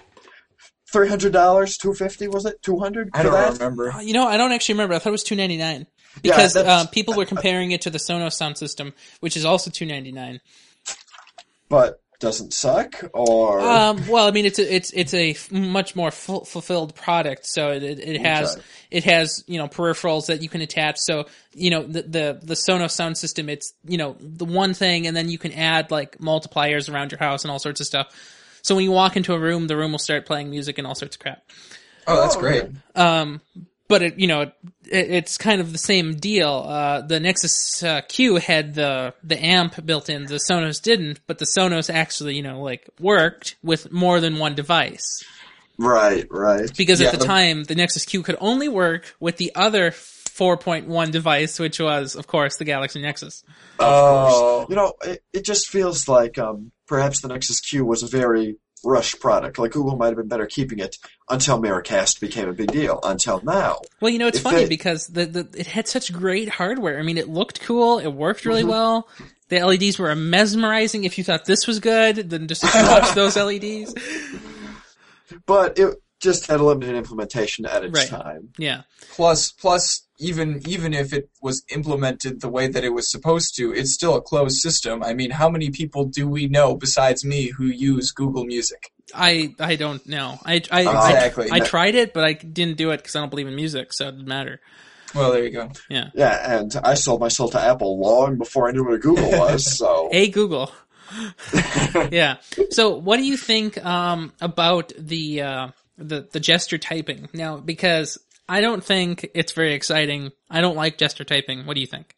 Three hundred dollars, two fifty was it? Two hundred?
I don't
that?
remember.
Oh, you know I don't actually remember I thought it was two ninety nine
Yeah,
because
that's-
uh, people were comparing it to the Sonos sound system which is also two ninety nine
But doesn't suck, or
Um, well, I mean, it's a, it's it's a f- much more ful fulfilled product, so it, it, it has
Okay.
it has you know peripherals that you can attach. So you know the, the the Sonos sound system, it's you know the one thing, and then you can add like multipliers around your house and all sorts of stuff. So when you walk into a room, the room will start playing music and all sorts of crap.
Oh, that's
Oh,
great.
okay.
Um, but it, you know, it, it's kind of the same deal. Uh, the Nexus uh, Q had the the amp built in. The Sonos didn't, but the Sonos actually, you know, like worked with more than one device
right, right.
because
Yeah,
at the,
the-
time the Nexus Q could only work with the other 4.1 device, which was, of course, the Galaxy Nexus.
Oh,
You know, it, it just feels like um, perhaps the Nexus Q was a very rushed product. Like Google might have been better keeping it until Miracast became a big deal. Until now,
Well, you know, it's
If
funny
they-
because the, the it had such great hardware. I mean, it looked cool, it worked
Mm-hmm.
really well. The LEDs were mesmerizing. If you thought this was good, then just watch those E LEDs.
but it just had a limited implementation at its
Right.
time.
Yeah.
plus plus even even if it was implemented the way that it was supposed to, it's still a closed system. I mean, how many people do we know besides me who use Google Music?
I I don't know. I I,
Exactly.
I, I tried it, but I didn't do it because I don't believe in music, so it didn't matter.
Well, there you go.
Yeah, and I sold my soul to Apple long before I knew what a Google was. So
Hey Google. yeah. So what do you think um, about the uh, the the gesture typing now? Because I don't think it's very exciting. I don't like gesture typing. What do you think?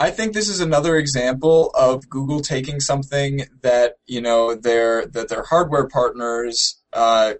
I think this is another example of Google taking something that you know their that their hardware partners, uh,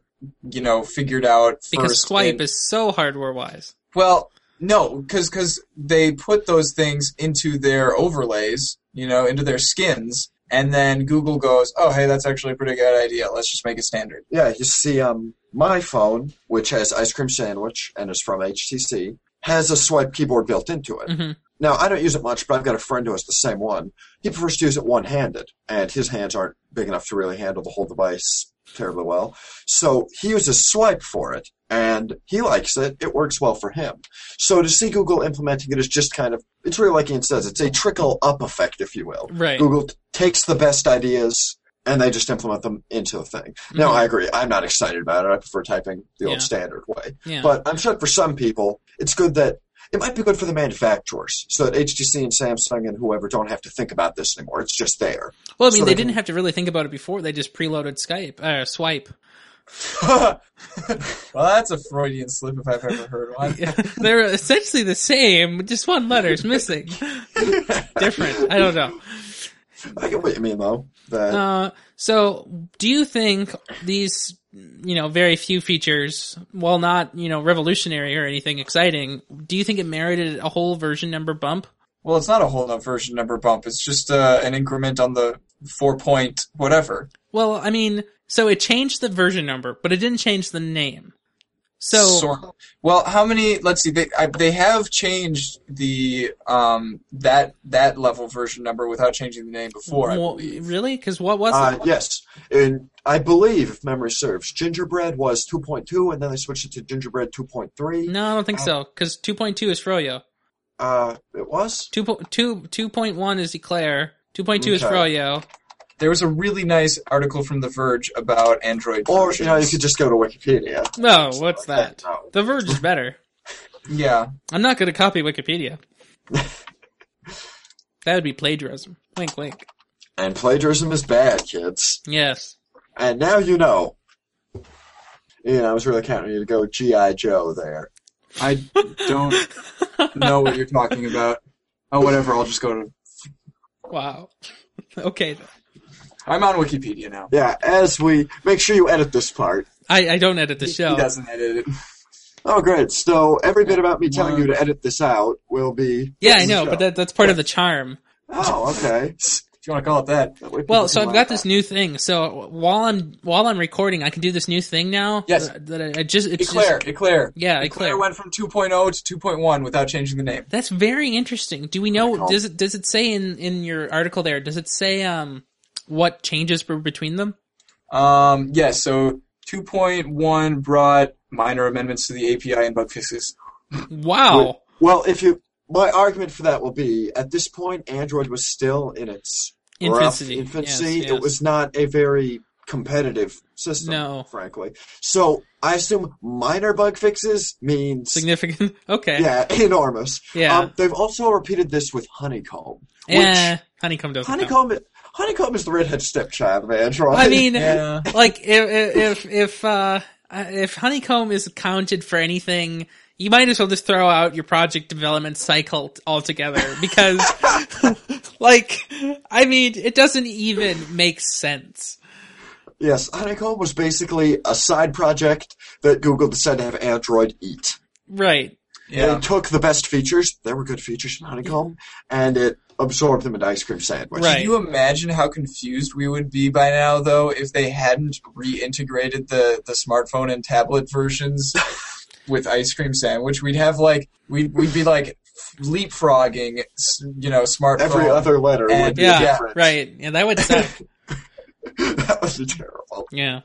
you know, figured out first.
Because Skype
and-
is so hardware wise.
well, no, because they put those things into their overlays, you know, into their skins, and then Google goes, "Oh, hey, that's actually a pretty good idea. Let's just make it standard."
Yeah, you see, um, my phone, which has ice cream sandwich and is from HTC, has a swipe keyboard built into it.
Mhm.
Now, I don't use it much, but I've got a friend who has the same one. He prefers to use it one-handed, and his hands aren't big enough to really handle the whole device terribly well. So he uses swipe for it, and he likes it. It works well for him. So to see Google implementing it is just kind of, it's really like Ian says, it's a trickle-up effect, if you will.
Right.
Google t- takes the best ideas and they just implement them into a thing. No,
Mhm.
I agree. I'm not excited about it. I prefer typing the
Yeah.
old standard way.
Yeah.
But I'm sure for some people, it's good that it might be good for the manufacturers so that HTC and Samsung and whoever don't have to think about this anymore. It's just there.
well, I mean,
so
they
they
didn't
can-
have to really think about it before. They just preloaded Skype, uh, swipe.
well, that's a Freudian slip if I've ever heard one.
They're essentially the same, just one letter is missing. Different. I don't know.
I get what you mean, though. That
Uh, so, do you think these, you know, very few features, while not, you know, revolutionary or anything exciting, do you think it merited a whole version number bump?
Well, it's not a whole up version number bump. It's just uh, an increment on the four point whatever.
Well, I mean, so it changed the version number, but it didn't change the name. So,
Sort of. well, how many? Let's see. They I, they have changed the um that that level version number without changing the name before. I
Well,
believe.
really? Because what was
uh,
it?
yes, and I believe, if memory serves, Gingerbread was 2.2, and then they switched it to Gingerbread 2.3.
No, I don't think so. Because 2.2 is Froyo.
Uh, it was.
2.2 2.1 is Eclair. 2.2 is
Okay.
Froyo.
There was a really nice article from The Verge about Android.
Or you
versions.
know, you could just go to Wikipedia.
No, what's that?
No.
The Verge is better.
yeah.
I'm not going to copy Wikipedia. that would be plagiarism. Wink, wink.
And plagiarism is bad, kids.
Yes.
And now you know. Ian, I was really counting you to go G.I. Joe there.
I don't know what you're talking about. Oh, whatever. I'll just go to.
Wow. Okay. then.
I'm on Wikipedia now.
Yeah, as we make sure you edit this part.
I, I don't edit the show.
He doesn't edit it.
Oh, great. So every bit about me telling you to edit this out will be.
Yeah, I know, but that, that's part of the charm.
Oh, okay.
If you want to call it that.
That way people
Well, so
can
I've
like
got this new thing. So while I'm while I'm recording, I can do this new thing now.
Yes.
That, that I, I just it's
Eclair.
Just,
Eclair.
yeah,
Eclair.
Eclair.
went from 2.0 to 2.1 without changing the name.
That's very interesting. Do we know?
Cool.
Does it does it say in in your article there? Does it say um what changes were between them?
Um, yeah, so 2.1 brought minor amendments to the API and bug fixes.
Wow.
Well, if you. My argument for that will be at this point, Android was still in its rough
Infancy.
infancy.
Yes, yes.
It was not a very competitive system,
No.
frankly. So I assume minor bug fixes means
significant. Okay.
yeah, enormous.
Yeah.
Um, they've also repeated this with honeycomb, which
Eh, honeycomb doesn't. count.
honeycomb honeycomb is the redhead stepchild, man. Right?
I mean,
Yeah.
like if if if uh, if honeycomb is counted for anything, you might as well just throw out your project development cycle t- altogether because, like, I mean, it doesn't even make sense.
yes, honeycomb was basically a side project that Google decided to have Android eat.
Right.
Yeah.
They took the best features. There were good features in honeycomb, and it absorbed them into ice cream sandwich.
Right.
Can you imagine how confused we would be by now, though, if they hadn't reintegrated the, the smartphone and tablet versions with ice cream sandwich? We'd have like we'd we'd be like leapfrogging, s- you know, smartphone.
Every other letter would be
Yeah.
different.
Right. Yeah, that would suck.
that was terrible.
yeah.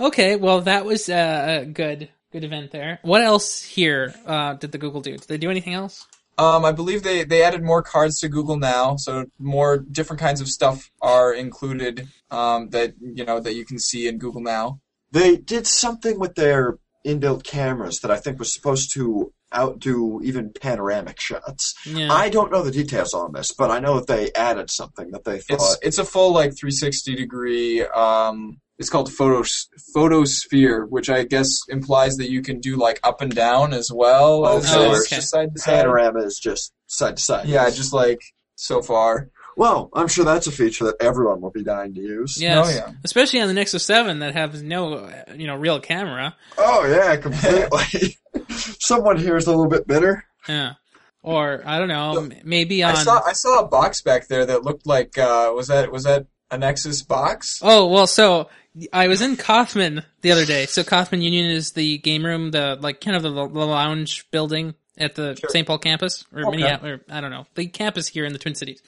Okay. Well, that was uh, a good good event there. What else here uh, did the Google do? Did they do anything else?
Um, I believe they, they added more cards to Google Now, so more different kinds of stuff are included um, that you know that you can see in Google Now.
They did something with their inbuilt cameras that I think was supposed to outdo even panoramic shots.
Yeah.
I don't know the details on this, but I know that they added something that they thought.
It's it's a full like 360 degree. Um, it's called photos photosphere, which I guess implies that you can do like up and down as well.
Oh,
as
sure.
well as
Okay.
just side to side.
panorama is just side to side.
Yeah, just like so far.
well, I'm sure that's a feature that everyone will be dying to use.
Yes.
Oh, yeah.
Especially on the Nexus 7 that has no, uh, you know, real camera.
Oh yeah, completely. Someone here is a little bit bitter.
Yeah. Or, I don't know,
So,
m- maybe on...
I saw I saw a box back there that looked like uh, was that was that a Nexus box?
Oh, well, so I was in Kaufman the other day. So Kaufman Union is the game room, the, like, kind of the, the lounge building at the
Sure.
St. Paul campus, or
Okay.
Minneapolis, or I don't know, the campus here in the Twin Cities.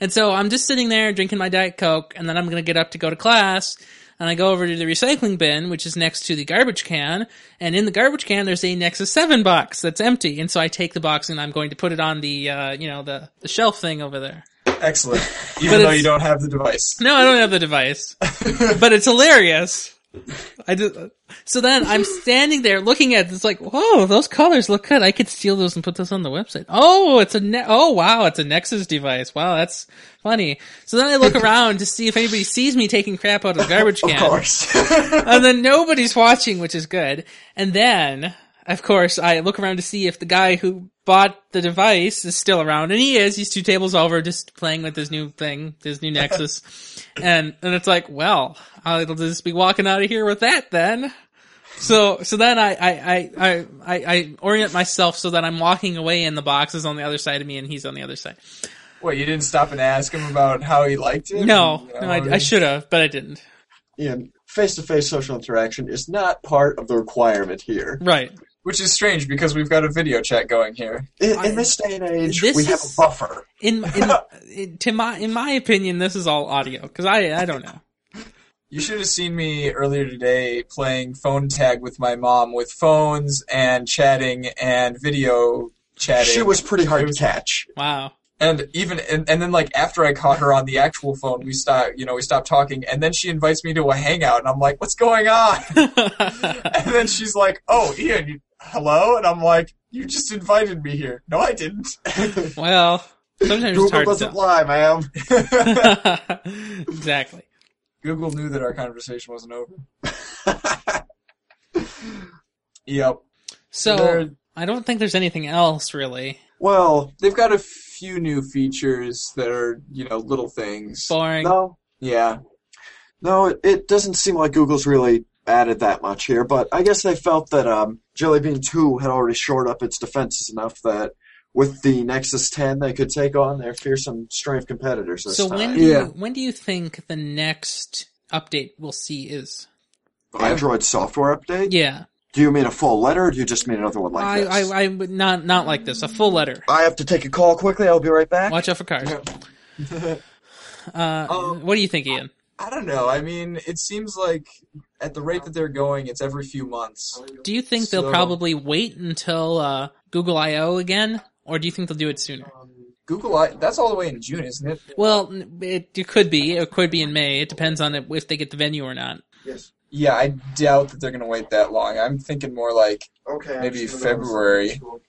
And so I'm just sitting there drinking my Diet Coke, and then I'm going to get up to go to class, and I go over to the recycling bin, which is next to the garbage can, and in the garbage can there's a Nexus 7 box that's empty, and so I take the box and I'm going to put it on the, uh, you know, the, the shelf thing over there.
Excellent.
But
Even though
it's-
you don't have the device.
No, I don't have the device, but it's hilarious. I just, so then I'm standing there looking at it, it's like, whoa, those colors look good. I could steal those and put those on the website. Oh, it's a ne- oh wow, it's a Nexus device. Wow, that's funny. So then I look around to see if anybody sees me taking crap out of the garbage
Of
can
course.
and then nobody's watching, which is good. And then, of course, I look around to see if the guy who bought the device is still around, and he is. He's two tables over, just playing with his new thing, his new Nexus. and and it's like, well, I'll just be walking out of here with that then. So so then I I, I, I, I I orient myself so that I'm walking away, and the box is on the other side of me, and he's on the other side.
Wait, you didn't stop and ask him about how he liked it?
No,
You know,
no, I, I should have, but I didn't.
Ian, face-to-face social interaction is not part of the requirement here.
Right.
Which is strange because we've got a video chat going here.
In,
I-
in this day and age,
This
we have
is-
a buffer.
in, in, in to my in my opinion, this is all audio because I I don't know.
You should have seen me earlier today playing phone tag with my mom with phones and chatting and video chatting.
She was pretty hard to catch.
Wow.
and even and, and then like after I caught her on the actual phone, we stopped you know, we stopped talking and then she invites me to a hangout and I'm like, What's going on? and then she's like, Oh, Ian, you, hello? And I'm like, You just invited me here. No, I didn't.
well, sometimes it's
Google
hard
doesn't
to
lie, ma'am.
tell. exactly.
Google knew that our conversation wasn't over. Yep.
So
There-
I don't think there's anything else really
Well,
They've got a few new features that are, you know, little things.
boring.
no,
Yeah.
no, it, it doesn't seem like Google's really added that much here. But I guess they felt that um, Jelly Bean Two had already shored up its defenses enough that with the Nexus Ten, they could take on their fearsome string of competitors. This
So
time.
when do you,
Yeah.
when do you think the next update we'll see is?
Android software update?
Yeah,
Do you mean a full letter, or do you just mean another one like
I,
this?
I I would not not like this. A full letter.
I have to take a call quickly. I'll be right back.
Watch out for cars. Uh,
Um,
what do you think, Ian?
I don't know. I mean, it seems like at the rate that they're going, it's every few months.
Do you think they'll
So-
Um,
probably wait until uh, Google I/O again, or do you think they'll do it sooner?
Google I that's all the way in June, isn't it?
Well, n- it, it could be. It could be in May. It depends on if if they get the venue or not.
Yes.
Yeah, I doubt that they're going to wait that long. I'm thinking more like
Okay. I'm
Maybe
just gonna go to
February.
school.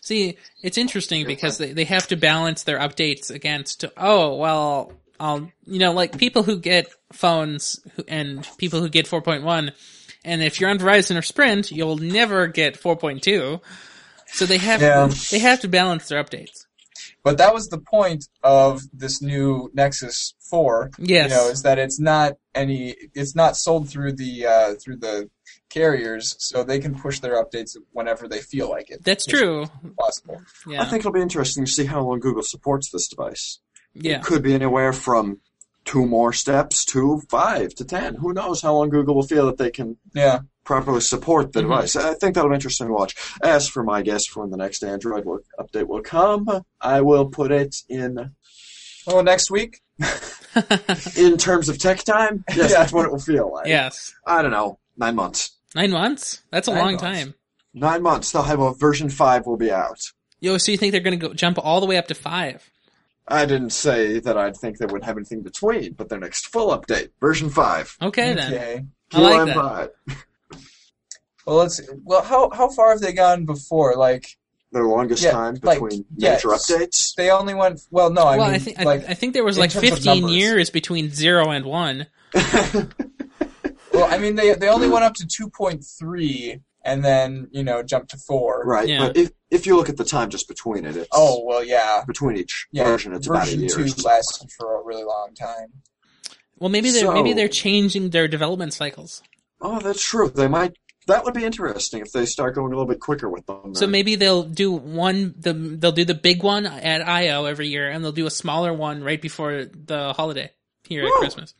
See, it's interesting because they, they have to balance their updates against, oh, well, I'll, you know, like people who get phones who- and people who get 4.1, and if you're on Verizon or Sprint, you'll never get 4.2. So they have,
Yeah.
they have to balance their updates.
But that was the point of this new Nexus 4.
Yes.
You know, is that it's not any it's not sold through the uh, through the carriers, so they can push their updates whenever they feel like it.
That's true.
Possible.
Yeah.
I think it'll be interesting to see how long Google supports this device.
yeah.
It could be anywhere from two more steps to five to ten. Who knows how long Google will feel that they can
Yeah.
properly support the
Mhm.
device. I think that'll be interesting to watch. As for my guess for when the next Android will, update will come, I will put it in
Oh, next week?
in terms of tech time. Yes,
Yeah.
that's what it will feel like.
yes.
I don't know, nine months.
Nine months? That's a
Nine
long
months.
time.
Nine months. They'll have a version five will be out.
Yo, so you think they're going to go jump all the way up to five?
I didn't say that I'd think they would have anything between, but their next full update, version five.
Mm-hmm.
Okay, then.
Okay.
I like
QM
that.
five.
Well, let's see. Well, how how far have they gone before? Like
Their longest
Yeah,
time
like,
between
yeah,
major
s-
updates.
they only went well, no, I
well,
mean
I think I,
like
I think there was
in
like
terms of
15
numbers.
years between zero and one.
well, I mean they they only went up to 2.3 and then, you know, jumped to 4.
right.
Yeah.
But if, if you look at the time just between it, it's
Oh, well, yeah.
between each
Yeah,
version, it's
version
about a
two
year.
lasted for a really long time.
Well, maybe they're maybe
So-
they're changing their development cycles.
Oh, that's true. They might. That would be interesting if they start going a little bit quicker with them.
So maybe they'll do one the they'll do the big one at IO every year, and they'll do a smaller one right before the holiday here at
Woo!
Christmas.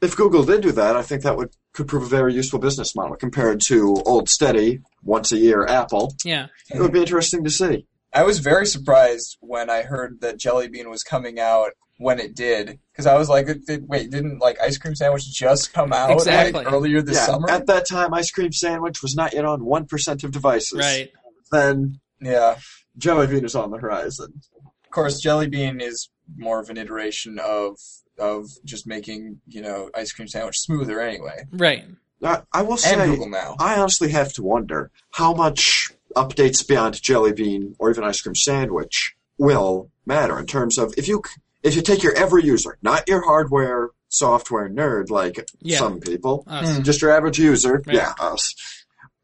if Google did do that, I think that would could prove a very useful business model compared to old steady once a year Apple.
Yeah,
It would be interesting to see.
I was very surprised when I heard that Jelly Bean was coming out when it did, because I was like, it- it- "Wait, didn't like ice cream sandwich just come out like,
Exactly.
earlier this
yeah,
summer?"
at that time, ice cream sandwich was not yet on one percent of devices.
right.
Then
yeah, of
Jelly Bean is on the horizon.
course, Jelly Bean is more of an iteration of of just making you know ice cream sandwich smoother anyway,
Right.
I, I will
and
say,
Google now.
I honestly have to wonder how much updates beyond Jelly Bean or even ice cream sandwich will matter in terms of if you c- if you take your every user, not your hardware software nerd like
Yeah.
some people,
Hmm.
Us.
just your average user,
Right.
yeah, us.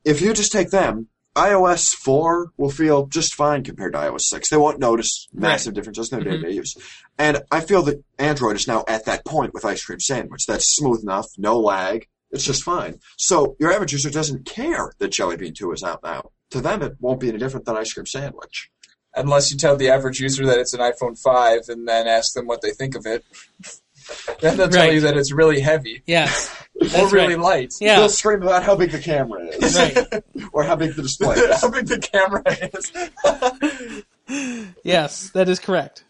If you just take them, iOS 4 will feel just fine compared to iOS 6. They won't notice massive differences in their
Mm-hmm.
day-to-day use. And I feel that Android is now at that point with Ice Cream Sandwich. That's smooth enough, no lag. It's just fine. So your average user doesn't care that Jelly Bean 2 is out now. To them, it won't be any different than Ice Cream Sandwich.
Unless you tell the average user that it's an iPhone five, and then ask them what they think of it, then they'll tell
Right.
you that it's really heavy
Yes.
or
That's
really
right.
light.
Yeah.
They'll scream about how big the camera is
Right.
or how big the display is.
How big the camera is.
Yes, that is correct.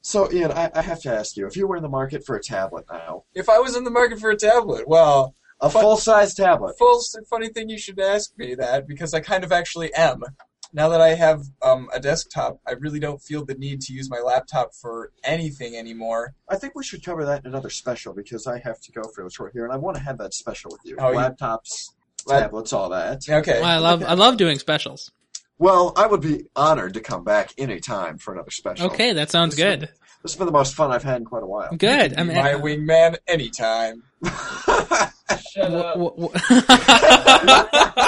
So, Ian, I, I have to ask you, if you were in the market for a tablet now,
if I was in the market for a tablet, well,
a
But-
full-size tablet,
full funny thing you should ask me that because I kind of actually am. Now that I have um, a desktop, I really don't feel the need to use my laptop for anything anymore.
I think we should cover that in another special because I have to go for a short here, and I want to have that special with you.
Oh, you-
Laptops,
Lap-
tablets, all that.
Okay.
Well, I love I love doing specials.
Well, I would be honored to come back any time for another special.
Okay, that sounds good.
This has been the most fun I've had in quite a while.
Good. I'm e-
Be my wingman anytime. Shut up.
w-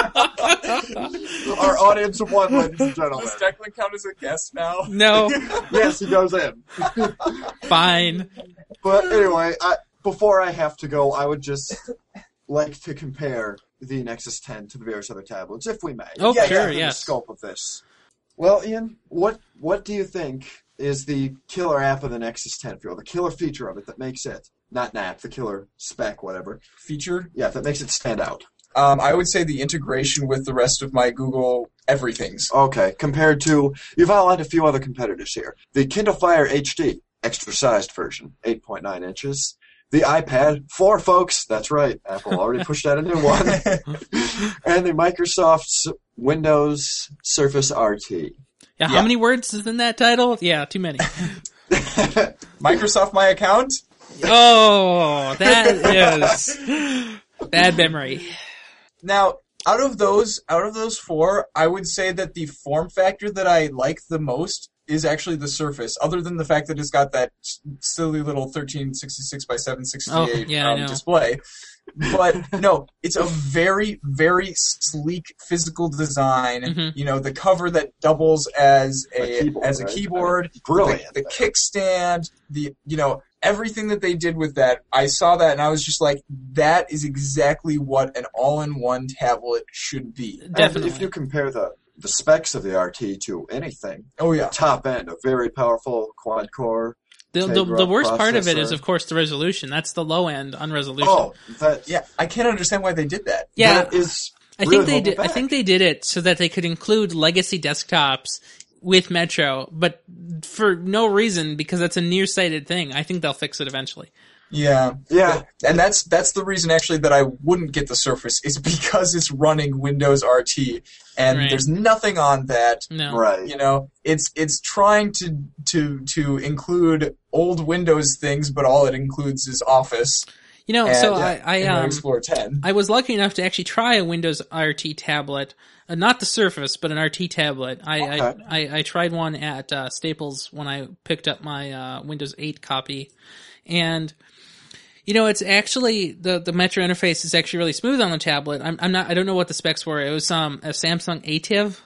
Our audience of one, ladies and gentlemen.
Does Declan count as a guest now?
no,
yes, he goes in.
fine.
But anyway, I, before I have to go, I would just like to compare the Nexus 10 to the various other tablets, if we may.
Oh, sure,
within
yes.
The scope of this. Well, Ian, what what do you think is the killer app of the Nexus 10 for you? The killer feature of it that makes it not an app, the killer spec, whatever.
Feature?
Yeah, that makes it stand out.
Um, I would say the integration with the rest of my Google everything's.
Okay, compared to you've outlined a few other competitors here. The Kindle Fire HD, extra sized version, 8.9 inches. The iPad 4, folks. That's right. Apple already pushed out a new one. and the Microsoft's Windows Surface RT.
Yeah, How
Yeah.
many words is in that title? Yeah, too many.
Microsoft My Account?
oh, that is bad memory.
Now, out of those, out of those four, I would say that the form factor that I like the most is actually the Surface. Other than the fact that it's got that s- silly little 1366 by 768
Oh, yeah, I
um,
know.
display. But no, it's a very, very sleek physical design.
Mhm.
You know, the cover that doubles as a,
A keyboard,
as a
right?
keyboard.
Brilliant.
The, the kickstand, the you know everything that they did with that. I saw that and I was just like, that is exactly what an all-in-one tablet should be.
And
Definitely.
If you compare the, the specs of the RT to anything,
Oh yeah,
top end, a very powerful quad core.
The, the, the
Tegra
worst part of it is,
processor.
of course, the resolution. That's the low end on resolution.
Oh, that
yeah. I can't understand why they did that.
yeah,
that is
I
really
think they
holding
did. I
back.
think they did it so that they could include legacy desktops with Metro, but for no reason because that's a nearsighted thing. I think they'll fix it eventually.
Yeah,
yeah.
and that's that's the reason actually that I wouldn't get the Surface is because it's running Windows RT and
Right. Mm.
there's nothing on that.
No,
Right.
You know, it's it's trying to to to include old Windows things, but all it includes is Office.
you know.
and,
so
uh,
I, I
Internet
um,
Explorer 10.
I was lucky enough to actually try a Windows RT tablet, uh, not the Surface, but an RT tablet. I
Okay.
I, I, I tried one at uh, Staples when I picked up my uh, Windows 8 copy, and you know it's actually the the Metro interface is actually really smooth on the tablet. I'm, I'm not I don't know what the specs were. It was um a Samsung ATIV.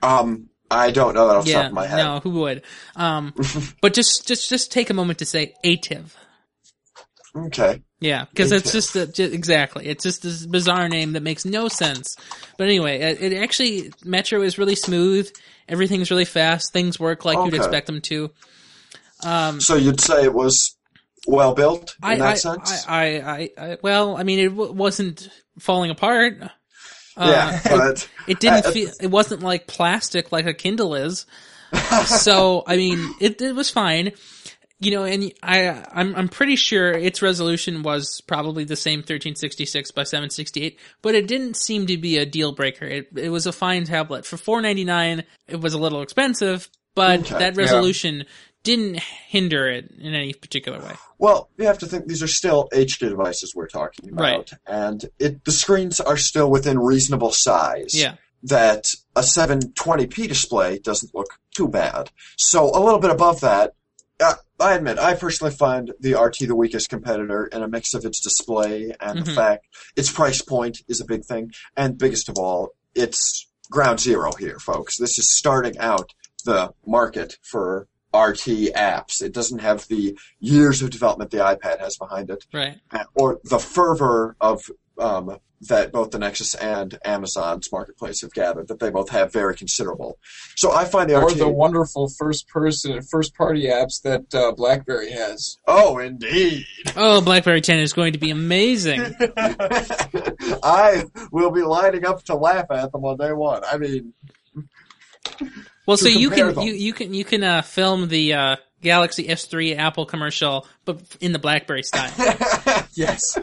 Um, I don't know that off the top of my head.
no, who would? Um, but just just just take a moment to say ATIV.
Okay.
Yeah, because
Me
it's
too.
just, a, ju- exactly. It's just this bizarre name that makes no sense. But anyway, it, it actually Metro is really smooth. Everything's really fast. Things work like you'd
Okay.
expect them to. Um,
So you'd say it was well built in
I,
that
I, uh,
sense?
I, I, I, I, well, I mean, it w- wasn't falling apart. Uh,
yeah, but
It didn't feel. It wasn't like plastic like a Kindle is. so I mean, it it was fine. You know, and I I'm I'm pretty sure its resolution was probably the same 1366 by 768, but it didn't seem to be a deal breaker. It it was a fine tablet for 499. It was a little expensive, but
Okay,
that
yeah.
resolution didn't hinder it in any particular way.
well, you have to think these are still HD devices we're talking about,
Right.
and it the screens are still within reasonable size.
Yeah.
that a 720p display doesn't look too bad. So a little bit above that, uh, I admit, I personally find the RT the weakest competitor in a mix of its display and the
Mhm.
fact its price point is a big thing. And biggest of all, it's ground zero here, folks. This is starting out the market for RT apps. It doesn't have the years of development the iPad has behind it
Right.
or the fervor of um, that both the Nexus and Amazon's marketplace have gathered that they both have very considerable. So I find the
or
RT.
the wonderful first person first party apps that uh, BlackBerry has.
oh, indeed.
Oh, BlackBerry 10 is going to be amazing.
I will be lining up to laugh at them on day one. I mean,
Well,
to
so you
compare
can
them.
you, you can you can uh, film the uh, Galaxy S3 Apple commercial, but in the BlackBerry style.
Yes.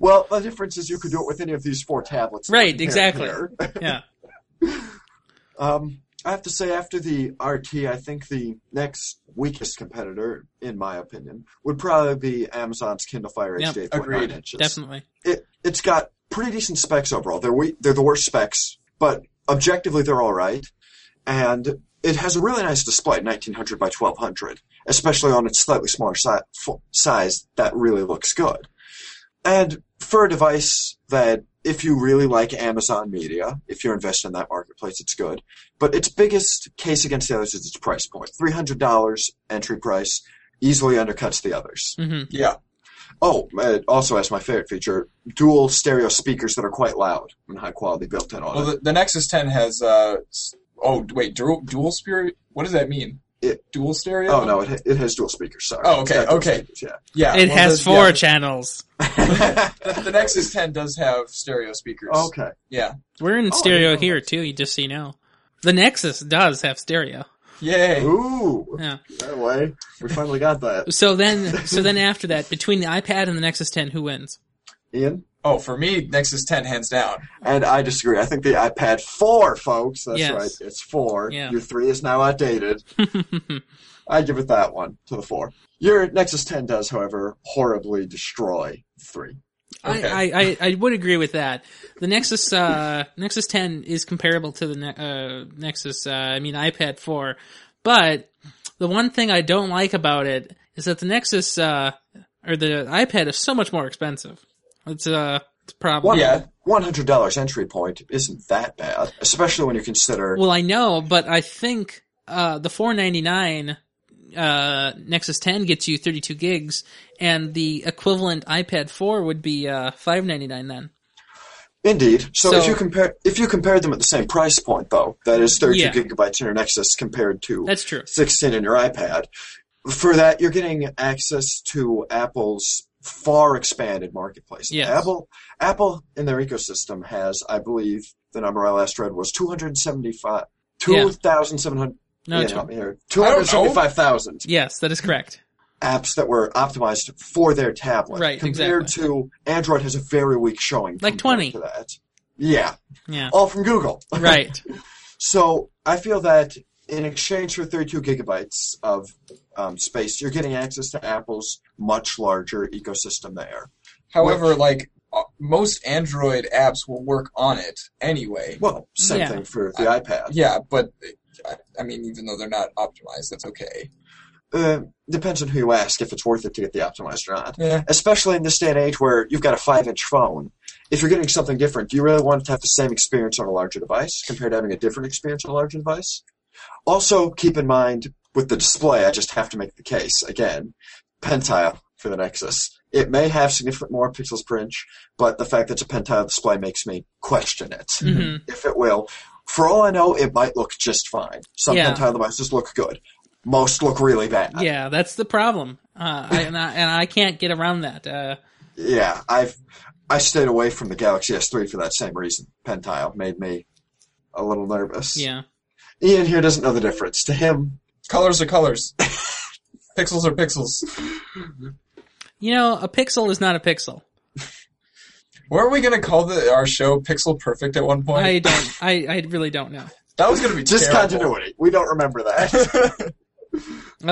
well, the difference is you could do it with any of these four tablets. that
Right,
we compare
exactly.
here.
yeah,
Um, I have to say, after the RT, I think the next weakest competitor, in my opinion, would probably be Amazon's Kindle Fire
Yep,
HD 8.9
agreed.
inches.
definitely.
it it's got pretty decent specs overall. They're we, they're the worst specs, but objectively they're all right. And it has a really nice display, 1900 by 1200, especially on its slightly smaller si- f- size. That really looks good. And for a device that, if you really like Amazon Media, if you're invested in that marketplace, it's good. But its biggest case against the others is its price point. $300 entry price easily undercuts the others.
hmm
Yeah.
Oh, it also has my favorite feature: dual stereo speakers that are quite loud and high quality built in. On
Well,
it.
the, the Nexus 10 has. Uh, s- oh wait, dual, dual spirit. What does that mean?
It-
dual stereo.
Oh no, it, it has dual speakers. Sorry.
Oh, okay,
It's got dual
okay.
speakers, yeah.
Yeah.
It
well,
has
the-
four
yeah.
channels.
the, the Nexus 10 does have stereo speakers.
Okay.
Yeah.
We're in
Oh, I
stereo
didn't know
here too. You just so you know, the Nexus does have stereo.
Yay.
Ooh,
Yeah.
that way we finally got that.
So then, so then after that, between the iPad and the Nexus 10, who wins?
Ian,
Oh, for me, Nexus 10 hands down.
And I disagree. I think the iPad 4, folks, that's
Yes.
right, it's 4.
Yeah.
Your 3 is now outdated. I give it that one to the 4. Your Nexus 10 does, however, horribly destroy 3.
Okay.
I, I, I, I would agree with that. The Nexus uh, Nexus 10 is comparable to the ne- uh, Nexus, uh, I mean iPad 4, but the one thing I don't like about it is that the Nexus uh, or the iPad is so much more expensive. It's uh, it's a problem.
One,
Yeah.
$100 entry point isn't that bad, especially when you consider
Well, I know, but I think uh, the 499 uh, Nexus 10 gets you 32 gigs, and the equivalent iPad 4 would be uh, 599 then.
Indeed. So,
So-
if you compare if you compare them at the same price point though, that is 32
Yeah.
gigabytes in your Nexus compared to
That's true.
16 in your iPad, for that you're getting access to Apple's far expanded marketplace.
Yes.
Apple Apple in their ecosystem has, I believe, the number I last read was 275
Yeah.
2,700
No,
yeah,
it's-
help me here.
know.
275,000
yes, that is correct.
apps that were optimized for their tablet.
Right,
Compared to Android has a very weak showing.
Like
compared
20.
To that. Yeah.
Yeah.
All from Google.
Right.
So I feel that in exchange for 32 gigabytes of um, space, you're getting access to Apple's much larger ecosystem there.
However, like, uh, most Android apps will work on it anyway.
Well, same
Yeah.
thing for the iPad.
Yeah, but, uh, I- I mean, even though they're not optimized, that's okay.
Uh, depends on who you ask if it's worth it to get the optimized or not.
Yeah.
Especially in this day and age where you've got a five-inch phone. If you're getting something different, do you really want to have the same experience on a larger device compared to having a different experience on a larger device? Also, keep in mind with the display, I just have to make the case again. Pentile for the Nexus. It may have significant more pixels per inch, but the fact that it's a Pentile display makes me question it.
Mhm.
Mm-hmm. If it will, for all I know, it might look just fine. Some
Yeah.
Pentile devices look good. Most look really bad.
Yeah, that's the problem. Uh, I, and, I, and I can't get around that. Uh,
Yeah, I've I stayed away from the Galaxy S3 for that same reason. Pentile made me a little nervous.
yeah.
Ian here doesn't know the difference. To him,
Colors are colors. pixels are pixels.
You know, a pixel is not a pixel.
Weren't we going to call the, our show Pixel Perfect at one point?
I don't. I, I really don't know.
that was going to be terrible.
discontinuity. We don't remember that.
I-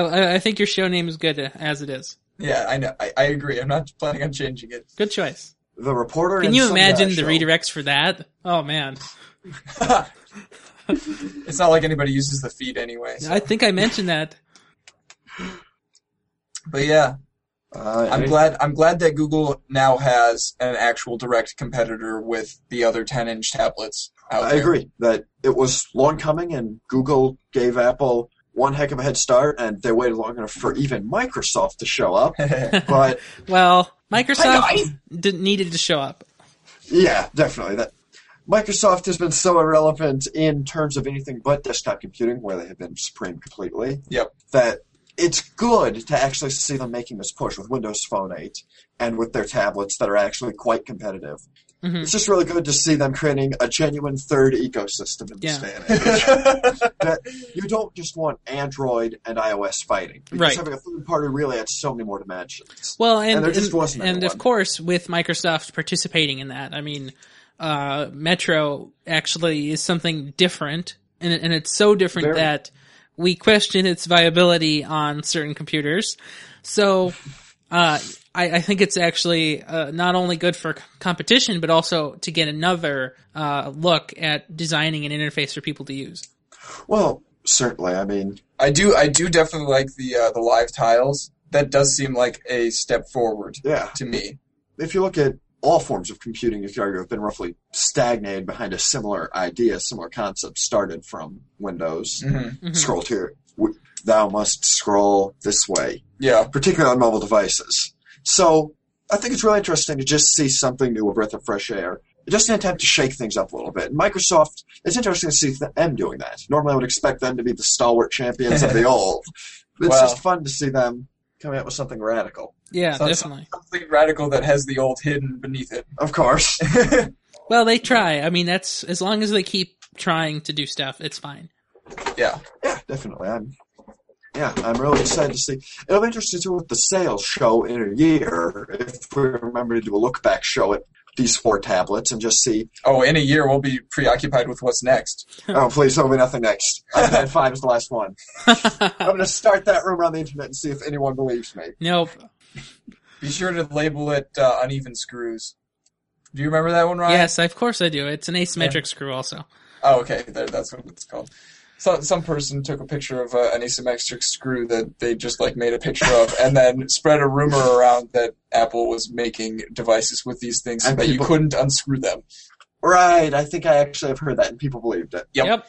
I, I think your show name is good uh, as it is.
yeah, I know. I, I agree. I'm not planning on changing it.
Good choice.
the reporter.
Can
and
you
some guy
imagine the
show.
redirects for that? Oh man.
It's not like anybody uses the feed anyway. so-
I think I mentioned that.
But yeah,
Uh,
I'm glad. I'm glad that Google now has an actual direct competitor with the other 10-inch tablets out
I
there.
agree that it was long coming, and Google gave Apple one heck of a head start, and they waited long enough for even Microsoft to show up. but
Well, Microsoft
guys.
didn't needed to show up.
Yeah, definitely. That Microsoft has been so irrelevant in terms of anything but desktop computing, where they have been supreme completely.
Yep.
That it's good to actually see them making this push with Windows Phone 8 and with their tablets that are actually quite competitive.
Mhm.
It's just really good to see them creating a genuine third ecosystem in
Yeah.
this day and age. that you don't just want Android and iOS fighting. Because
Right.
having a third party really adds so many more dimensions.
Well, and
And there just
and-
wasn't
and of
anyone.
course, with Microsoft participating in that, I mean, uh, Metro actually is something different, and and it's so different
Very.
that we question its viability on certain computers. So, uh, I, I think it's actually uh, not only good for c- competition, but also to get another uh, look at designing an interface for people to use.
Well, certainly. I mean,
I do. I do definitely like the uh, the live tiles. That does seem like a step forward
yeah.
to me.
if you look at all forms of computing, you could argue have been roughly stagnated behind a similar idea, similar concept started from Windows.
hmm
Mhm.
Scroll to here. W- Thou must scroll this way,
Yeah.
particularly on mobile devices. So I think it's really interesting to just see something new, a breath of fresh air. Just an attempt to shake things up a little bit. Microsoft, it's interesting to see them doing that. Normally, I would expect them to be the stalwart champions of the old. It's
Well.
just fun to see them coming up with something radical.
Yeah,
Sounds-
definitely.
Something radical that has the old hidden beneath it.
Of course.
Well, they try. I mean, that's as long as they keep trying to do stuff, it's fine.
Yeah.
Yeah, definitely. I'm. Yeah, I'm really excited to see. It'll be interesting to see what the sales show in a year if we remember to do a look back show at these four tablets and just see,
Oh, in a year we'll be preoccupied with what's next.
oh, please, there'll be nothing next. iPad 5 is the last one. I'm going to start that rumor on the internet and see if anyone believes me.
nope.
Be sure to label it uh, uneven screws. Do you remember that one, Ryan?
Yes, of course I do. It's an asymmetric screw, also.
Oh, okay. There, that's what it's called. So, some person took a picture of uh, an asymmetric screw that they just like made a picture of, and then spread a rumor around that Apple was making devices with these things so
And
that you
people-
couldn't unscrew them.
Right, I think I actually have heard that and people believed it.
Yep.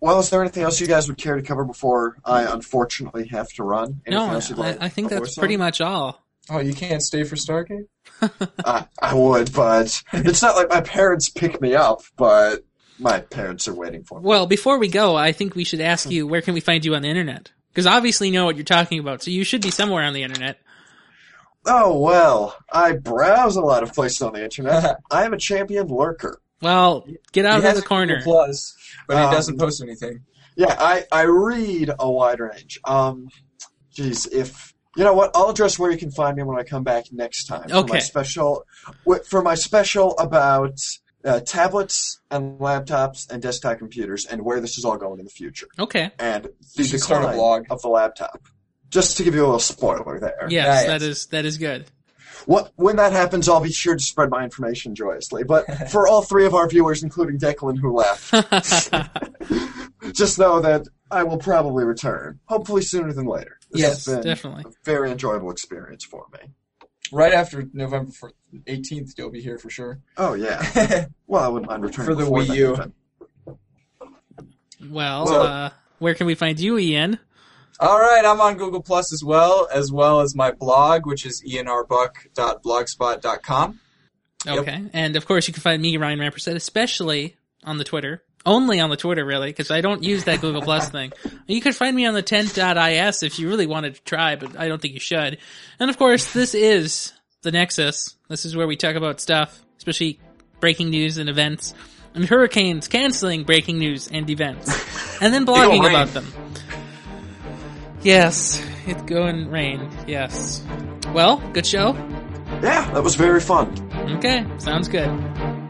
Well, is there anything else you guys would care to cover before I unfortunately have to run? Anything
No,
else you'd
I,
like
I think
before
that's
so?
pretty much all.
Oh, you can't stay for Stargate.
I, I would, but it's not like my parents pick me up, but my parents are waiting for me.
Well, before we go, I think we should ask you where can we find you on the internet? Because obviously you know what you're talking about, so you should be somewhere on the internet.
Oh, well, I browse a lot of places on the internet. I am a champion lurker.
Well, get out
He
of
has
the corner.
Google Plus, but
Um,
he doesn't post anything.
Yeah, I, I read a wide range. Um, geez, if you know what, I'll address where you can find me when I come back next time. For
Okay.
my special, wi- for my special about uh, tablets and laptops and desktop computers and where this is all going in the future
Okay.
and the
You should start a
decline
blog.
of the laptop. Just to give you a little spoiler there.
Yes,
Nice.
that is that is good.
What, when that happens, I'll be sure to spread my information joyously. But for all three of our viewers, including Declan, who left, just know that I will probably return, hopefully sooner than later. This
yes,
has been
definitely.
a very enjoyable experience for me.
Right after November eighteenth, you'll be here for sure.
Oh yeah.
Thank
Well, I wouldn't mind returning
For the
before
Wii
then,
U.
even.
Well,
So-
uh, where can we find you, Ian?
All right, I'm on Google Plus as well, as well as my blog, which is E enrbuck.blogspot.com. Yep.
Okay. And of course you can find me, Ryan Rampersett, especially on the Twitter. Only on the Twitter, really, because I don't use that Google Plus thing. You could find me on the tent.is if you really wanted to try, but I don't think you should. And of course, this is the Nexus. This is where we talk about stuff, especially breaking news and events, and hurricanes canceling breaking news and events, and then blogging
rain.
about them. Yes, it's going rain. Yes. Well, good show.
Yeah, that was very fun.
Okay, sounds good.